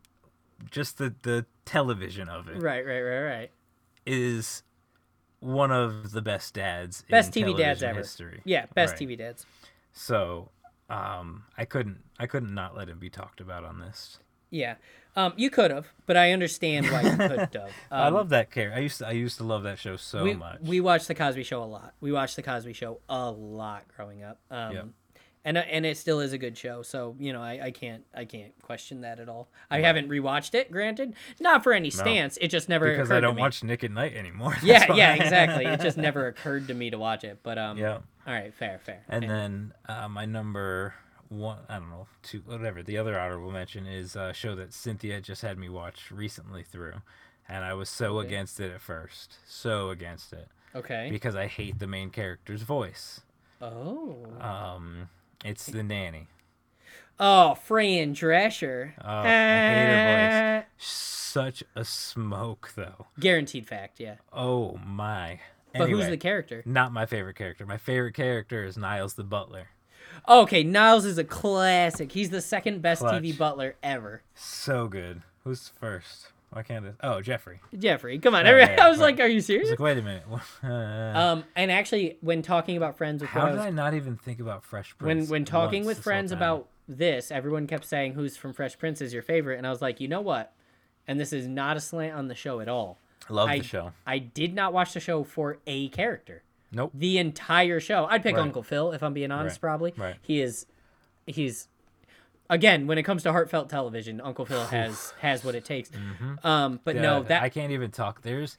B: just the the television of it is
A: Right, right, right, right.
B: one of the best dads.
A: Best
B: in
A: TV dads
B: television
A: ever.
B: History.
A: Yeah, best
B: Right.
A: TV dads.
B: So, um, I couldn't I couldn't not let him be talked about on this.
A: Yeah. Um, you could have, but I understand why you couldn't have. Um,
B: [laughs] I love that character. I used to, I used to love that show so
A: we,
B: much.
A: We watched the Cosby Show a lot. We watched the Cosby Show a lot growing up. Um,
B: Yep.
A: and and it still is a good show. So you know, I, I can't I can't question that at all. I haven't rewatched it. Granted, not for any stance. It just never
B: because
A: occurred
B: I
A: to
B: don't
A: me.
B: watch Nick at Night anymore. [laughs] That's
A: Yeah,
B: why.
A: yeah, exactly. It
B: [laughs]
A: just never occurred to me to watch it. But um,
B: Yeah.
A: All right, fair, fair.
B: And
A: fair.
B: then uh, my number one, I don't know, two, whatever. The other honorable mention is a show that Cynthia just had me watch recently through, and I was so against it at first, so against it
A: okay.
B: because I hate the main character's voice.
A: oh.
B: Um, it's the nanny.
A: oh, Fran Drescher. Uh,
B: Oh, I
A: [laughs]
B: hate her voice. Such a smoke, though.
A: Guaranteed fact. Yeah.
B: Oh my.
A: But
B: anyway.
A: who's the character?
B: Not my favorite character. My favorite character is Niles the Butler.
A: Oh, Okay, Niles is a classic. He's the second best TV
B: Clutch.
A: butler ever.
B: So good. Who's first? Why can't it? Oh, Jeffrey.
A: Jeffrey, come on.
B: Oh,
A: everybody- [laughs]
B: yeah,
A: I was
B: right.
A: like, are you
B: I was
A: serious?
B: like, wait a minute. [laughs] Uh,
A: Um, and actually, when talking about friends with
B: How
A: Rose,
B: did I not even think about Fresh
A: when
B: Prince?
A: when talking
B: once
A: with
B: this whole
A: friends
B: time?
A: about this, everyone kept saying, "Who's from Fresh Prince is your favorite?" And I was like, you know what? And this is not a slant on the show at all.
B: I love
A: I
B: the show.
A: I did not watch the show for a character.
B: Nope.
A: The entire show, I'd pick
B: Right.
A: Uncle Phil if I'm being honest.
B: Right.
A: Probably.
B: Right.
A: He is. He's. Again, when it comes to heartfelt television, Uncle Phil has has what it takes. Um, but no,
B: God,
A: that
B: Mm-hmm. I can't even talk. There's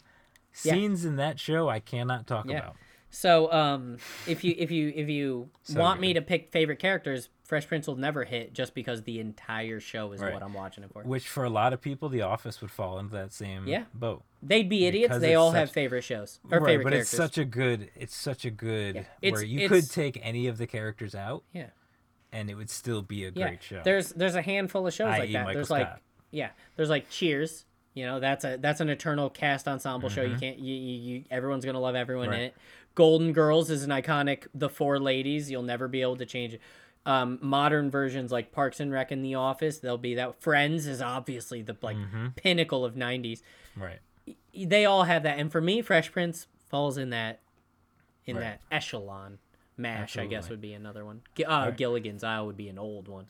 A: Yeah.
B: scenes in that show I cannot talk
A: Yeah.
B: about.
A: So um, if you if you if
B: [laughs]
A: you want me to pick favorite characters, Fresh Prince will never hit just because the entire show is
B: Right.
A: what I'm watching it for.
B: Which for a lot of people, The Office would fall into that same
A: Yeah.
B: boat.
A: They'd be idiots.
B: Because
A: They
B: it's
A: all
B: such-
A: have favorite shows or
B: right,
A: favorite
B: but
A: characters.
B: it's such a good. It's such a good
A: It's-
B: where you
A: it's-
B: could take any of the characters out
A: yeah,
B: and it would still be a
A: yeah.
B: great show.
A: There's there's a handful of shows like
B: I.e.
A: that.
B: Michael
A: there's like
B: Scott.
A: yeah, there's like Cheers. You know that's a that's an eternal cast ensemble show. You can't you, you, you everyone's gonna love everyone in
B: Mm-hmm. Right.
A: it. Golden Girls is an iconic. The Four Ladies you'll never be able to change. it. Um, modern versions like Parks and Rec and The Office they'll be that. Friends is obviously the like
B: Mm-hmm.
A: pinnacle of '90s.
B: right.
A: They all have that, and for me, Fresh Prince falls in that in
B: Right.
A: that echelon. Mash, I guess,
B: Absolutely.
A: would be another one. Gi- Uh, Gilligan's Isle would be an old one.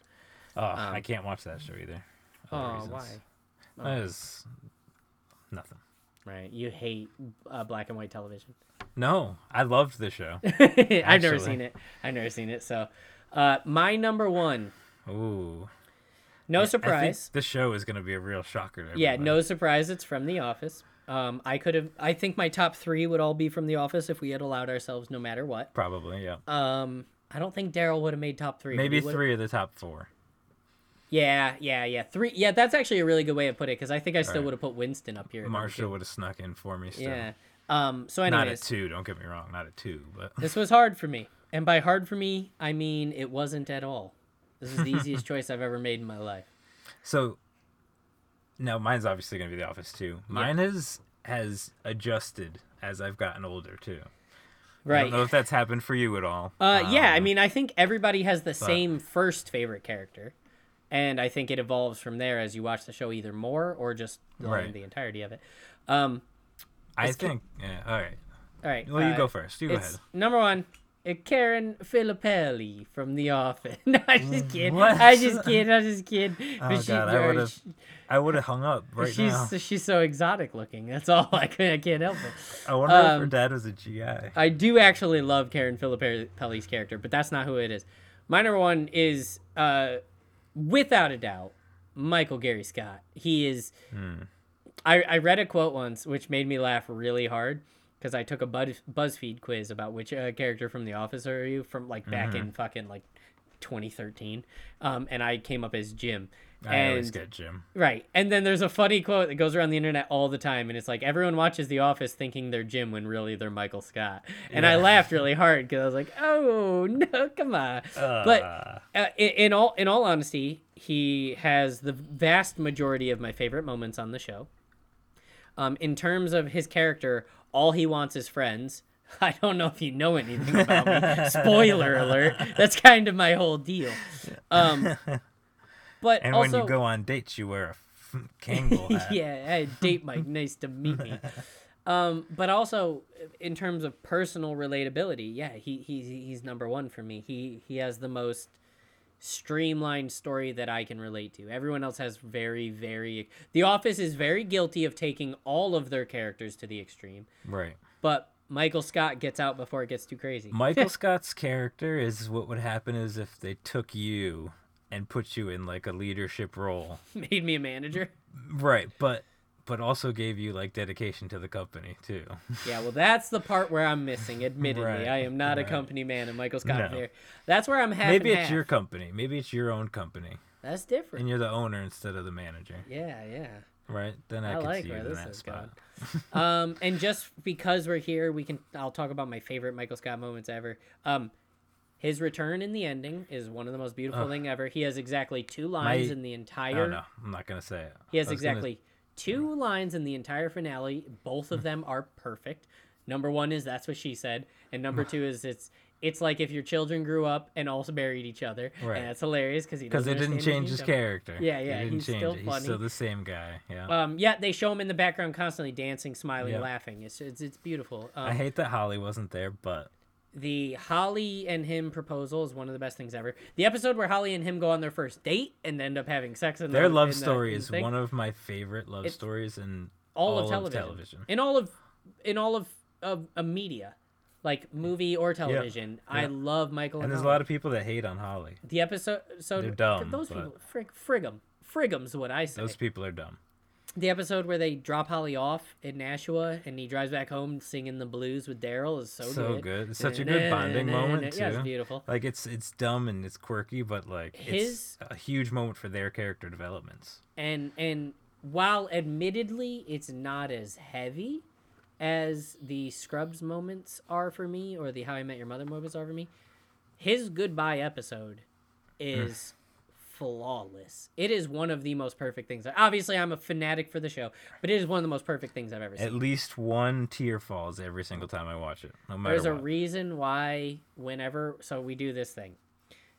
B: Oh,
A: Um,
B: I can't watch that show either. Other
A: Oh,
B: reasons.
A: why? oh.
B: That is nothing.
A: Right, you hate uh, black and white television. [laughs]
B: No, I loved the show.
A: I've never
B: Actually.
A: seen it. I've never seen it. So, uh, my number one,
B: Ooh,
A: no
B: I think
A: surprise.
B: this show is going to be a real shocker. To
A: Yeah,
B: everybody.
A: no surprise. It's from The Office. Um, I could have. I think my top three would all be from The Office if we had allowed ourselves, no matter what.
B: probably yeah.
A: Um, I don't think Daryl would have made top three. but he
B: Maybe
A: would've-
B: three of the top four.
A: Yeah, yeah, yeah. Three. Yeah, that's actually a really good way of put it because I think I still
B: Right.
A: would have put Winston up here. at number
B: Marshall would have snuck in for me.
A: two.
B: Still.
A: Yeah. Um. So, anyways,
B: not at two. Don't get me wrong, not at two, but [laughs]
A: This was hard for me. And by hard for me, I mean it wasn't at all. This
B: [laughs]
A: is the easiest choice I've ever made in my life.
B: so. No, mine's obviously going to be The Office too. Mine is has adjusted as I've gotten older too. I
A: Right.
B: don't know Um, if that's happened for you at all.
A: Uh, yeah, I mean, I think everybody has the same first favorite character, and I think it evolves from there as you watch the show either more or just learn
B: Right.
A: the entirety of it. Um,
B: I think. Yeah. All right.
A: all right.
B: Well, you
A: uh,
B: go first. You go
A: it's
B: ahead.
A: number one. uh, Karen Filippelli from The Office. [laughs] no, I'm just kidding.
B: What?
A: I just kidding. I just kidding.
B: [laughs] Oh God, I would have. I would have hung up right
A: uh, she's
B: now.
A: she's so exotic looking. That's all. I can't, I can't help it.
B: I wonder if her
A: um,
B: dad was a GI.
A: I do actually love Karen Filippelli's character, but that's not who it is. My number one is, uh, without a doubt, Michael Gary Scott. He is.
B: Hmm.
A: I, I read a quote once which made me laugh really hard because I took a Buzz, BuzzFeed quiz about which uh, character from The Office are you from like back
B: Hmm.
A: in fucking like 2013, um, and I came up as Jim.
B: I always
A: And-
B: get Jim.
A: Right. And then there's a funny quote that goes around the internet all the time and it's like everyone watches The Office thinking they're Jim when really they're Michael Scott. And I
B: Yeah.
A: laughed really hard cuz I was like, "Oh, no, come on."
B: Uh.
A: but uh, in, in all in all honesty, he has the vast majority of my favorite moments on the show. Um, in terms of his character, all he wants is friends. [laughs] I don't know if you know anything about
B: [laughs]
A: me. Spoiler alert. That's kind of my whole deal.
B: [laughs]
A: Um, but
B: And
A: also,
B: when you go on dates, you wear a f-
A: [laughs]
B: Kangol [laughs] hat.
A: yeah, hey, date Mike. Nice to meet me. Um, but also in terms of personal relatability, yeah, he he's he's number one for me. He he has the most streamlined story that I can relate to. Everyone else has very very. The Office is very guilty of taking all of their characters to the extreme,
B: Right.
A: but Michael Scott gets out before it gets too crazy.
B: Michael Scott's character is what would happen is if they took you and put you in like a leadership role.
A: [laughs] Made me a manager.
B: Right, but but also gave you like dedication to the company too.
A: Yeah, well, that's the part where I'm missing. Admittedly,
B: Right,
A: I am not a
B: right.
A: company man, and Michael Scott
B: No.
A: there. That's where I'm half.
B: Maybe
A: and
B: it's
A: half.
B: your company. Maybe it's your own company,
A: That's different.
B: and you're the owner instead of the manager.
A: Yeah, yeah.
B: Right? Then I,
A: I
B: could
A: like
B: see you
A: where
B: in
A: this
B: that
A: is
B: spot.
A: going.
B: [laughs]
A: um, and just because we're here, we can. I'll talk about my favorite Michael Scott moments ever. Um, his return in the ending is one of the most beautiful thing ever. He has exactly two lines in the
B: I
A: entire.
B: don't know. I'm not gonna say it.
A: He has
B: I was gonna- Mm-hmm.
A: exactly two lines in the entire finale. Both
B: Mm.
A: of them are perfect. Number one is that's what she said, and
B: Mm.
A: number two is it's it's like if your children grew up and also married each other,
B: Right.
A: and that's hilarious because he
B: because
A: because
B: it didn't change his character.
A: Yeah,
B: They
A: yeah,
B: didn't
A: he's
B: change
A: still
B: it. He's
A: funny.
B: still the same guy. Yeah.
A: Um, yeah, they show him in the background constantly dancing, smiling,
B: Yeah.
A: laughing. It's it's, it's beautiful. Um,
B: I hate that Holly wasn't there, but
A: the Holly and him proposal is one of the best things ever. The episode where Holly and him go on their first date and end up having sex in
B: their
A: the,
B: love
A: in the-
B: story
A: in the
B: is
A: thing.
B: one of my favorite love stories in
A: all, of, television.
B: television.
A: in all of in all of of, of media, like movie or television. I
B: Yeah.
A: love Michael.
B: And there's a lot of people that hate on Holly.
A: the episode. So
B: They're dumb,
A: Those
B: but-
A: people, frig, friggum, frigum's what I say.
B: Those people are dumb.
A: The episode where they drop Holly off in Nashua and he drives back home singing the blues with Daryl is so,
B: So
A: good.
B: good. It's such a good bonding moment too.
A: Yeah, it's beautiful.
B: Like it's it's dumb and it's quirky, but like
A: His-
B: it's a huge moment for their character developments.
A: And and while admittedly it's not as heavy as the Scrubs moments are for me or the How I Met Your Mother moments are for me, his goodbye episode is
B: Mm.
A: flawless. It is one of the most perfect things. Obviously, I'm a fanatic for the show, but it is one of the most perfect things I've ever seen.
B: At least one tear falls every single time I watch it, no matter
A: There's a
B: what.
A: reason why whenever so we do this thing.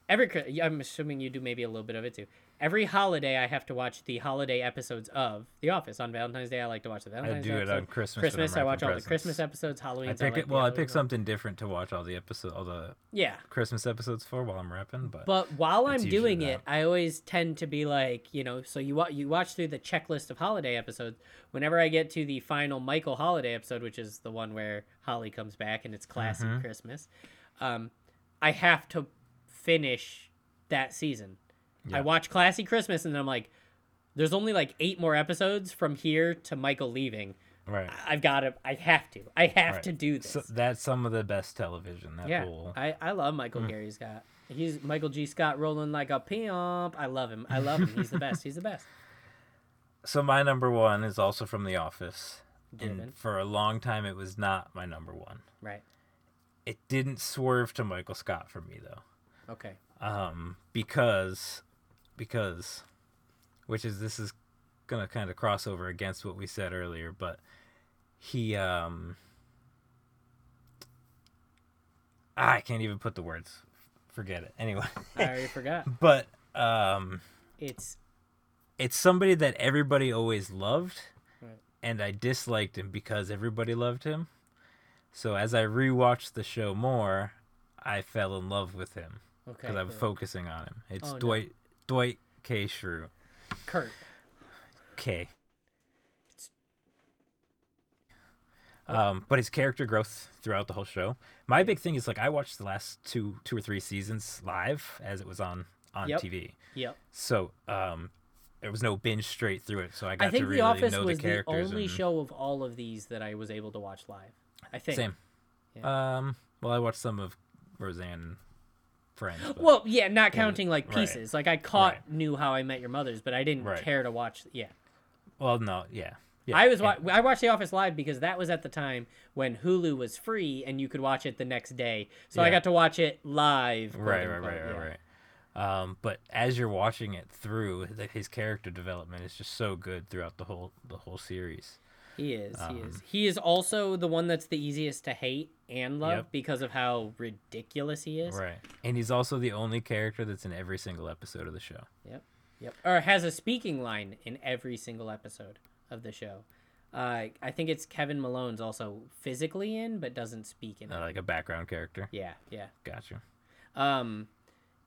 A: Every Chri- I'm assuming you do maybe a little bit of it too. Every holiday I have to watch the holiday episodes of The Office. On Valentine's Day I like to watch the Valentine's Day
B: do it on
A: episode.
B: Christmas when
A: Christmas
B: I'm
A: I watch
B: wrapping
A: all the
B: presents.
A: Christmas episodes. Halloween
B: I pick
A: like
B: it.
A: the
B: Well, I
A: Halloween
B: pick
A: one.
B: something different to watch all the episode, all the
A: Yeah.
B: Christmas episodes for while I'm rapping. But,
A: But while
B: It's
A: I'm
B: usually
A: doing it, I always tend to be like, you know, so you wa- you watch through the checklist of holiday episodes. Whenever I get to the final Michael holiday episode, which is the one where Holly comes back and it's classic
B: Mm-hmm.
A: Christmas, um, I have to finish that season. I
B: Yeah.
A: watch Classy Christmas and then I'm like, there's only like eight more episodes from here to Michael leaving.
B: right,
A: I- I've got to, I have to, I have
B: Right.
A: to do this.
B: so that's some of the best television. That Mm.
A: Yeah,
B: whole
A: I, I love Michael Gary Scott. He's Michael G. Scott rolling like a pimp. I love him. I love him. He's the best. He's the best.
B: So my number one is also from The Office,
A: Given.
B: and for a long time it was not my number one.
A: Right.
B: It didn't swerve to Michael Scott for me though,
A: Okay.
B: um, because, because, which is this is gonna kind of cross over against what we said earlier, but he um I can't even put the words. Forget it. Anyway, [laughs]
A: I already forgot.
B: but um
A: It's
B: it's somebody that everybody always loved
A: Right.
B: and I disliked him because everybody loved him. So as I rewatched the show more, I fell in love with him
A: okay. Uh,
B: because I'm
A: cool.
B: focusing on him. It's
A: Oh, no.
B: Dwight Dwight K. Shrew.
A: Kurt.
B: K.
A: It's-
B: Um, but his character growth throughout the whole show. My big thing is like I watched the last two, two or three seasons live as it was on on
A: Yep.
B: TV.
A: Yep.
B: So um, there was no binge straight through it. So I got
A: I think
B: to really
A: The Office
B: know
A: was
B: the
A: the,
B: characters.
A: only
B: and-
A: show of all of these that I was able to watch live. I think.
B: Same. Um, well, I watched some of Roseanne and Friends. but-
A: Well, yeah, not counting like
B: right.
A: pieces. Like I caught
B: Right.
A: knew how I met your mother's, but I didn't
B: Right.
A: care to watch. Yeah.
B: well, no, yeah. yeah.
A: I was wa-
B: and-
A: I watched The Office live because that was at the time when Hulu was free and you could watch it the next day. So I
B: Yeah.
A: got to watch it live. quote
B: right, right,
A: unquote,
B: right,
A: yeah.
B: right, right. Um, but as you're watching it through, the, his character development is just so good throughout the whole the whole series.
A: He is. he
B: Um,
A: is. He is also the one that's the easiest to hate and love
B: Yep.
A: because of how ridiculous he is.
B: Right, and he's also the only character that's in every single episode of the show.
A: Yep. Yep. Or has a speaking line in every single episode of the show. Uh, I think it's Kevin Malone's also physically in, but doesn't speak in
B: Uh,
A: it.
B: like a background character.
A: Yeah, yeah.
B: Gotcha.
A: Um,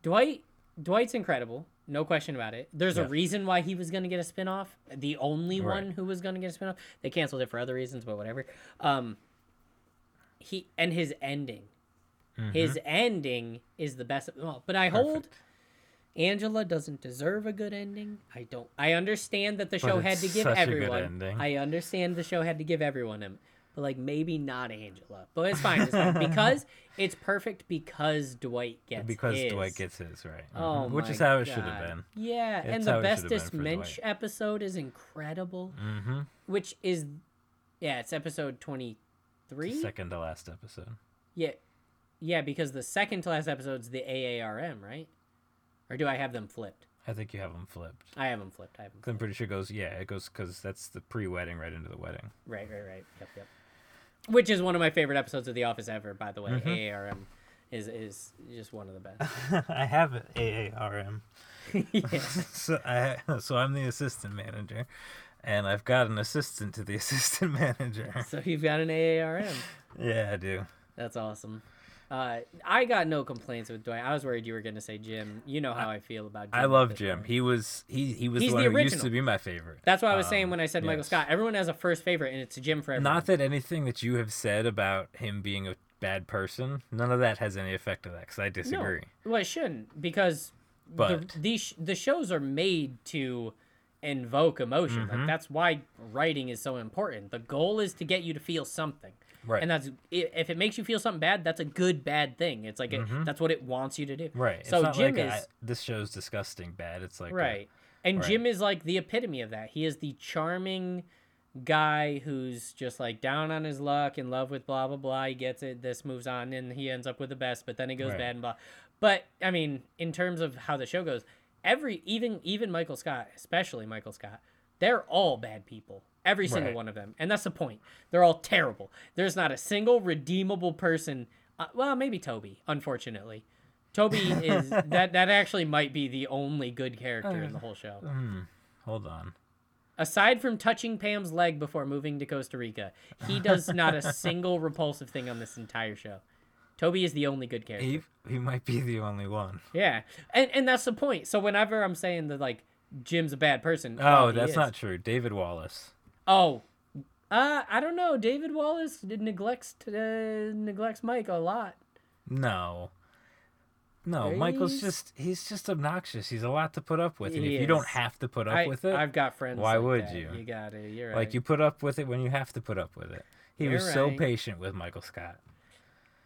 A: Dwight, Dwight's incredible, no question about it. There's a
B: Yeah.
A: reason why he was going to get a spinoff. The only
B: Right.
A: one who was going to get a spinoff. They canceled it for other reasons, but whatever. Um, he and his ending,
B: Mm-hmm.
A: his ending is the best. Of them all. But I hold. Angela doesn't deserve a good ending. I don't. I understand that the show had
B: it's
A: to give
B: such a good
A: everyone.
B: ending.
A: I understand the show had to give everyone him, but like maybe not Angela. But it's fine. It's fine.
B: [laughs]
A: because it's perfect because Dwight gets
B: Because
A: his.
B: Dwight gets his right,
A: Oh
B: Mhm. which
A: my
B: is how it should
A: God.
B: have been.
A: Yeah, and
B: It's
A: the
B: how it should have been
A: bestest
B: for
A: Mensch
B: Dwight.
A: episode is incredible,
B: Mm-hmm.
A: which is yeah, it's episode twenty three.
B: Second to last episode.
A: Yeah, yeah, because the second to last episode's the AARM, right? Or do I have them flipped?
B: I think you have them flipped.
A: I have them flipped. I have them.
B: 'Cause I'm pretty sure it goes. Yeah, it goes because that's the pre-wedding right into
A: [laughs]
B: the wedding.
A: Right, right, right. Yep, yep. Which is one of my favorite episodes of The Office ever, by the way.
B: Mm-hmm.
A: AARM is is just one of the best. [laughs]
B: I have it. AARM.
A: Yeah.
B: [laughs] so I so I'm the assistant manager, and I've got an assistant to the [laughs] assistant manager.
A: So you've got an AARM.
B: Yeah, I do.
A: That's awesome. Uh, I got no complaints with Dwight. I was worried you were going to say Jim. You know how I, feel about Jim.
B: I
A: at
B: love
A: this
B: Jim.
A: point.
B: He was he he was
A: He's
B: the one
A: the
B: who used to
A: original.
B: be my favorite.
A: That's what I was
B: Um,
A: saying when I said Michael
B: yes.
A: Scott. Everyone has a first favorite, and it's Jim for everyone.
B: Not that anything that you have said about him being a bad person, none of that has any effect on that because I disagree.
A: No. Well, it shouldn't because
B: But-
A: the, these the shows are made to invoke emotion. Like
B: Mm-hmm.
A: that's why writing is so important. The goal is to get you to feel something.
B: Right.
A: And that's i- if it makes you feel something bad, that's a good bad thing. It's like a, that's what it wants you to do.
B: Mm-hmm. Right.
A: So
B: it's not
A: Jim
B: like a,
A: is
B: this show's disgusting bad. It's like uh, a-
A: right. And
B: Right.
A: Jim is like the epitome of that. He is the charming guy who's just like down on his luck, in love with blah blah blah. He gets it. This moves on, and he ends up with the best. But then it goes
B: Right.
A: bad and blah. But I mean, in terms of how the show goes, every even even Michael Scott, especially Michael Scott, they're all bad people. Every single
B: Right.
A: one of them, and that's the point. They're all terrible. There's not a single redeemable person. Uh, well, maybe Toby, unfortunately. Toby
B: [laughs]
A: is that that actually might be the only good character in the whole show.
B: hold on.
A: Aside from touching Pam's leg before moving to Costa Rica, he
B: [laughs]
A: does not a single repulsive thing on this entire show. Toby is the only good character.
B: He he might be the only one.
A: yeah. And and that's the point. So whenever I'm saying that like Jim's a bad person,
B: Oh,
A: well, he
B: that's
A: is.
B: not true. David Wallace.
A: Oh. Uh, I don't know. David Wallace neglects uh, neglects Mike a lot.
B: No. No, Michael's
A: He's-
B: just he's just obnoxious. He's a lot to put up with. And
A: He
B: if you don't
A: is.
B: have to put up
A: I,
B: with it,
A: I've got friends.
B: why
A: like
B: would
A: that.
B: you?
A: You got it. You're right.
B: like you put up with it when you have to put up with it. He was
A: You're
B: so
A: right.
B: patient with Michael Scott.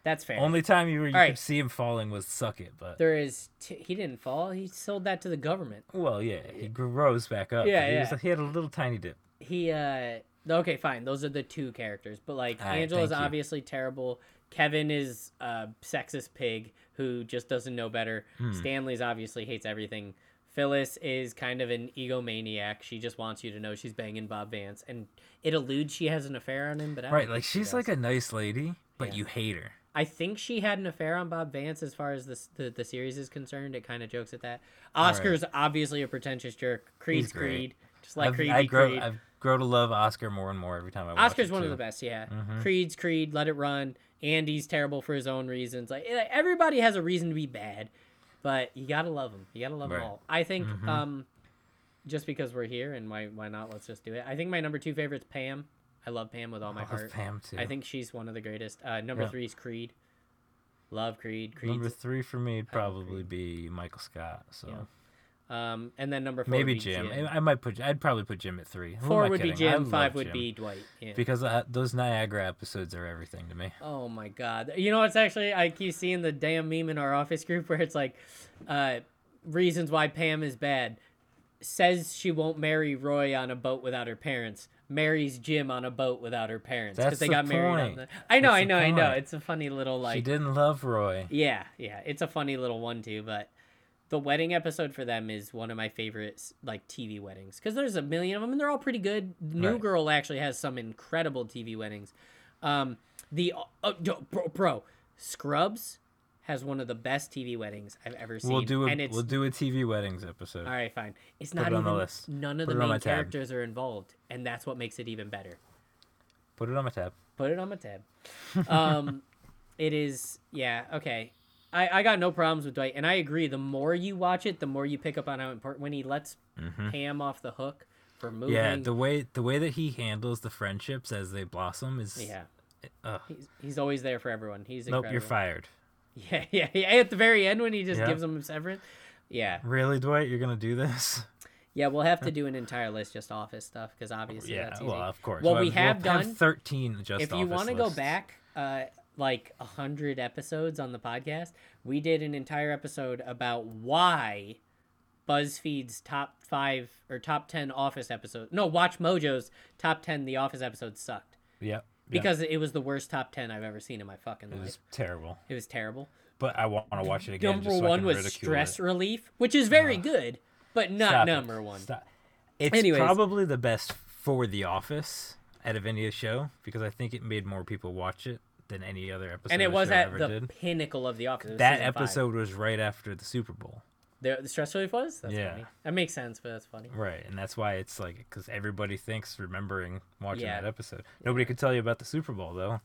A: That's fair.
B: Only time you, were, you
A: All right.
B: could see him falling was suck it, but
A: There is. T- he didn't fall. He sold that to the government.
B: well, yeah, he grows back up. but
A: Yeah,
B: he,
A: yeah.
B: Was, he had a little tiny dip.
A: He. uh Okay, fine. Those are the two characters. But like,
B: All right,
A: Angela's
B: thank you.
A: obviously terrible. Kevin is
B: Hmm.
A: a sexist pig who just doesn't know better. Stanley's obviously hates everything. Phyllis is kind of an egomaniac. She just wants you to know she's banging Bob Vance, and it alludes she has an affair on him. But I don't
B: Right,
A: think
B: like
A: she
B: she's
A: does.
B: like a nice lady, but
A: Uh, Yeah.
B: you hate her.
A: I think she had an affair on Bob Vance as far as this, the the series is concerned. It kind of jokes at that. Oscar's obviously a pretentious jerk. Creed's
B: He's great.
A: Creed, just like
B: I've,
A: Creed.
B: I grow,
A: Creed.
B: I've grow to love Oscar more and more every time I watch
A: Oscar's
B: it,
A: one of
B: too.
A: the
B: Mm-hmm.
A: best. Yeah, Creed's Creed. Let it run. Andy's terrible for his own reasons. Like eh, everybody has a reason to be bad, but you gotta love them. You gotta love
B: Right. Mm-hmm.
A: them all. I think. Um, just because we're here and why why not? Let's just do it. I think my number two favorite's Pam. I love Pam with all my
B: I love
A: heart.
B: Pam, too.
A: I think she's one of the greatest. Uh, number
B: Yeah.
A: three is Creed. Love Creed.
B: Number
A: Creed's
B: three for me would probably be Michael Scott. So
A: Yeah. Um, and then number four
B: maybe
A: would be
B: Jim. I I might put. I'd probably put Jim at three. Who am
A: Four
B: I
A: would be
B: kidding? I
A: Jim.
B: love
A: Five would
B: Jim.
A: be Dwight. Yeah.
B: because uh, those Niagara episodes are everything to me.
A: oh my god! You know what's actually? I keep seeing the damn meme in our office group where it's like, uh, reasons why Pam is bad. Says she won't marry Roy on a boat without her parents. Marries Jim on a boat without her parents because
B: That's
A: they
B: the
A: got married. On
B: point.
A: the... I know,
B: That's
A: I
B: the
A: know, I know.
B: point.
A: It's a funny little
B: She
A: like.
B: didn't love Roy.
A: Yeah, yeah. It's a funny little one too, but the wedding episode for them is one of my favorites, like TV weddings, because there's a million of them and they're all pretty good. New
B: Right.
A: Girl actually has some incredible TV weddings. Um, the uh, yo, bro, bro, Scrubs has one of the best TV weddings I've ever seen.
B: We'll do a
A: and it's
B: we'll do a TV weddings episode.
A: all right, fine. It's
B: it
A: not
B: on
A: even
B: the list.
A: none of
B: Put
A: the
B: it on my
A: main
B: tab.
A: characters are involved, and that's what makes it even better
B: Put it on my tab.
A: put it on my tab. Um, [laughs] it is yeah okay. I, I got no problems with Dwight, and I agree. The more you watch it, the more you pick up on how important when he lets Pam off the hook for moving.
B: Mm-hmm. Mm. Yeah, the way the way that he handles the friendships as they blossom is
A: yeah.
B: Ugh.
A: He's, he's always there for everyone. He's
B: Uh. Nope,
A: incredible.
B: you're fired.
A: Yeah, [laughs] yeah, yeah. At the very end, when he just
B: Yeah.
A: gives them severance. Yeah,
B: Really, Dwight? You're gonna
A: [laughs]
B: do this?
A: yeah. We'll have to do an entire list just office stuff because obviously
B: yeah.
A: that's easy.
B: Well, of course.
A: What
B: Well,
A: we
B: we'll
A: have done
B: thirteen. Just
A: if you
B: want to
A: go back uh, like 100 episodes on the podcast we did an entire episode about why buzzfeed's top five or top 10 office episodes no watch mojo's top 10 the office episodes sucked
B: Yep.
A: because it was the worst top 10 i've ever seen in my fucking
B: it
A: life
B: was terrible.
A: it was terrible
B: But I want to watch it again.
A: number
B: just so I
A: one
B: can
A: was
B: ridicule
A: stress
B: It.
A: relief which is very good but not
B: Stop it.
A: number one
B: Stop. It's
A: Anyways.
B: probably the best for The Office out of any show because I think it made more people watch it than any other episode.
A: and it
B: of
A: was
B: show
A: at
B: ever
A: the
B: did.
A: pinnacle of the office It was
B: That
A: season five.
B: episode was right after the Super Bowl,
A: the, the stress relief was that's
B: Yeah.
A: funny that makes sense but that's funny
B: right? And that's why it's like because everybody thinks remembering watching
A: Yeah.
B: that episode. Nobody could tell you about the Super Bowl though.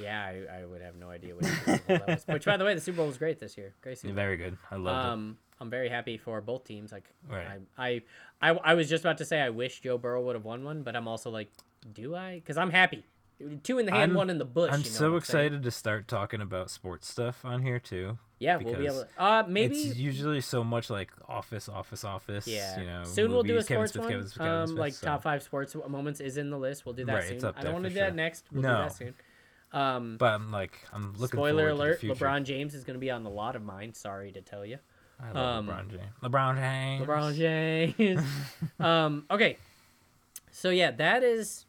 A: Yeah, I, I would have no idea what Super Bowl that was. Which, by the way, the Super Bowl was great this year. Great Super Bowl.
B: Very good. I loved it.
A: Um, I'm very happy for both teams. Like,
B: Right.
A: I, I, I, I was just about to say I wish Joe Burrow would have won one, but I'm also like, do I? Because I'm happy. Two in the hand,
B: I'm-
A: one in the bush.
B: I'm
A: you know
B: so
A: what saying?
B: excited to start talking about sports stuff on here too.
A: Yeah, we'll be
B: because
A: able. To, uh, maybe.
B: It's usually so much like office, office, office.
A: yeah.
B: You know,
A: soon we'll do a
B: movies, Kevin
A: sports
B: Smith,
A: one.
B: Kevin Smith, Kevin
A: um,
B: Smith,
A: like
B: so-
A: top five sports moments is in the list. We'll do that
B: Right,
A: soon.
B: it's up
A: I
B: there
A: don't want to
B: for
A: do that
B: sure.
A: next. We'll do
B: No.
A: that soon. Um,
B: But I'm like, I'm looking.
A: spoiler
B: forward
A: alert:
B: To the future.
A: LeBron James is going to be on the lot of mine. Sorry to tell you.
B: I love
A: um,
B: LeBron James. LeBron James.
A: LeBron James.
B: [laughs]
A: um, okay. So yeah, that is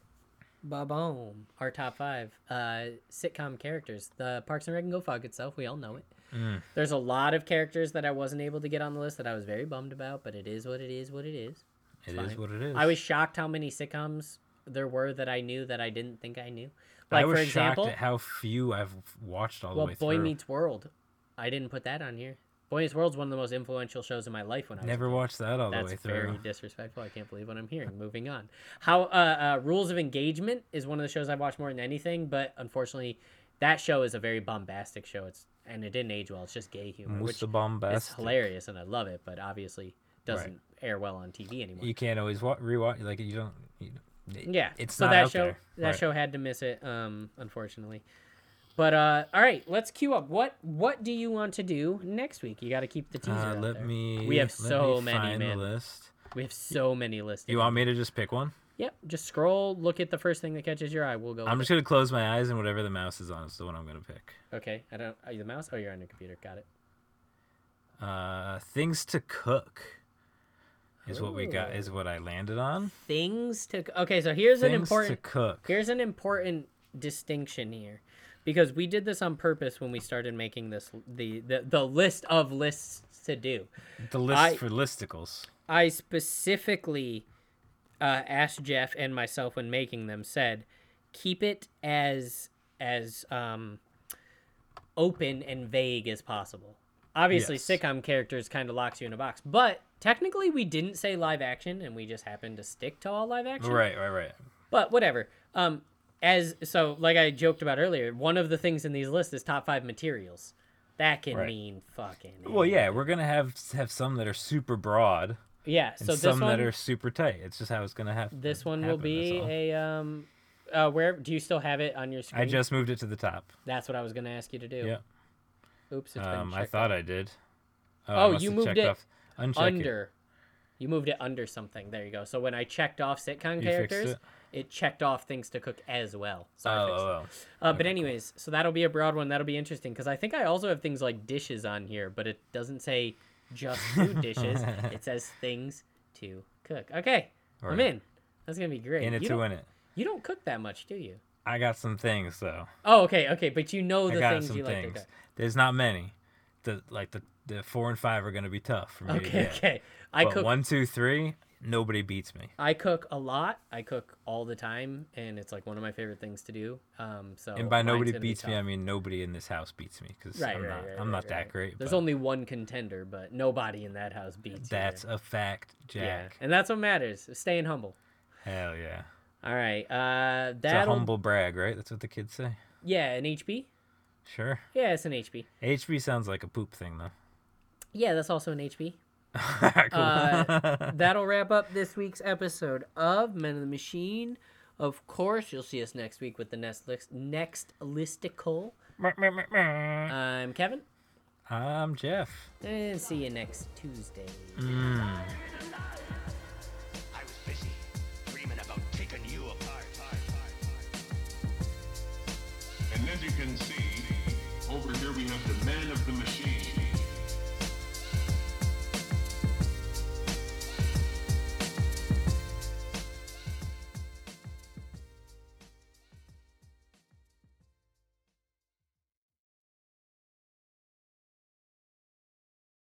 A: Bob-omb, our top five uh, sitcom characters. The Parks and Rec can go fuck itself. We all know it.
B: Mm.
A: There's a lot of characters that I wasn't able to get on the list that I was very bummed about, but it is what it is. What it is.
B: It is
A: fine.
B: what it is.
A: I was shocked how many sitcoms there were that I knew that I didn't think I knew.
B: I
A: Like
B: was
A: for example,
B: shocked at how few I've watched all
A: well,
B: the way
A: Boy
B: through.
A: Meets World. I didn't put that on here. Boy Meets World's one of the most influential shows in my life when I was a
B: Never watched that all the
A: That's
B: way through.
A: very disrespectful. I can't believe what I'm hearing. Moving on. How uh, uh, Rules of Engagement is one of the shows I've watched more than anything, but unfortunately, that show is a very bombastic show. It's and it didn't age well. It's just gay humor,
B: What's
A: which
B: the
A: is
B: bomb best?
A: hilarious, and I love it, but obviously doesn't air well on TV anymore.
B: You can't always wa- rewatch. Like you don't. You,
A: yeah,
B: it's
A: so
B: not
A: that
B: out
A: show
B: there.
A: that
B: Right.
A: show had to miss it, um, unfortunately. But uh, all right, let's queue up. What what do you want to do next week? You got to keep the teaser.
B: Uh,
A: out
B: let
A: there.
B: me.
A: We have
B: let me
A: so many,
B: find the
A: man.
B: list.
A: We have so many listed.
B: You want me to just pick one?
A: Yep. Just scroll, look at the first thing that catches your eye. We'll go.
B: I'm
A: with
B: just gonna close my eyes and whatever the mouse is on is the one I'm gonna pick.
A: it. Okay. I don't. Are you the mouse? Oh, you're on your computer. Got it.
B: Uh, things to cook is what we got. Is what I landed on.
A: Things to. Okay. So here's an
B: things
A: important.
B: to cook.
A: Here's an important distinction here, because we did this on purpose when we started making this the the, the list of lists to do.
B: The list
A: I-
B: for listicles.
A: I specifically uh, asked Jeff and myself when making them said, keep it as as um, open and vague as possible. Obviously,
B: Yes.
A: sitcom characters kind of locks you in a box, but technically, we didn't say live action, and we just happened to stick to all live action.
B: Right, right, right.
A: But whatever. Um, as so, like I joked about earlier, one of the things in these lists is top five materials. That can
B: Right.
A: mean fucking.
B: Well, yeah, we're gonna have have some that are super broad
A: yeah.
B: and
A: So this
B: some
A: one,
B: that are super tight. It's just how it's gonna happen.
A: This one will be a um uh where do you still have it on your screen?
B: I just moved it to the top.
A: That's what I was going to ask you to do.
B: Yeah.
A: Oops, it's
B: Um,
A: been
B: I
A: checked
B: thought I did. I
A: Oh,
B: must
A: you
B: have
A: moved
B: checked
A: it
B: Uncheck
A: under. You moved it under something. There you go. So when I checked off sitcom
B: You fixed
A: characters,
B: it?
A: checked off things to cook as well. So
B: Oh,
A: I fixed it.
B: oh, oh.
A: Uh, but anyways, so that'll be a broad one. That'll be interesting because I think I also have things like dishes on here, but it doesn't say just
B: [laughs]
A: food dishes. It says things to cook. Okay, I'm
B: Right.
A: in. That's gonna be great.
B: in it
A: you,
B: to
A: don't,
B: win it.
A: you don't cook that much, do you?
B: I got some things though.
A: Oh, okay, okay. But you know
B: I
A: Oh, the
B: got
A: things
B: some
A: you like
B: things.
A: to cook.
B: There's not many. The like the the four and five are gonna be tough for me. to
A: Okay,
B: get.
A: okay. I
B: But
A: cook.
B: one, two, three, nobody beats me.
A: I cook a lot. I cook all the time, and it's like one of my favorite things to do. Um, so
B: And by
A: mine's
B: nobody
A: gonna be
B: beats me,
A: tough.
B: I mean nobody in this house beats me because
A: right,
B: I'm
A: right,
B: not
A: right,
B: I'm
A: right,
B: not
A: right,
B: that
A: right.
B: great.
A: There's
B: but
A: only one contender, but nobody in that house beats. you there.
B: that's a fact,
A: Yeah,
B: Jack.
A: and that's what matters. Staying humble.
B: Hell yeah.
A: All right. Uh,
B: It's
A: that
B: a humble brag, right? That's what the kids say.
A: Yeah, an HB.
B: Sure.
A: Yeah, it's an HB.
B: HB sounds like a poop thing though. [laughs]
A: Yeah, that's also an HB.
B: cool.
A: Uh, that'll wrap up this week's episode of Men of the Machine. Of course, you'll see us next week with the next list- next listicle. I'm Kevin,
B: [laughs] I'm Jeff.
A: and see you next Tuesday.
C: I was busy dreaming about taking you apart.
D: And as you can see, over here we have the man of the machine.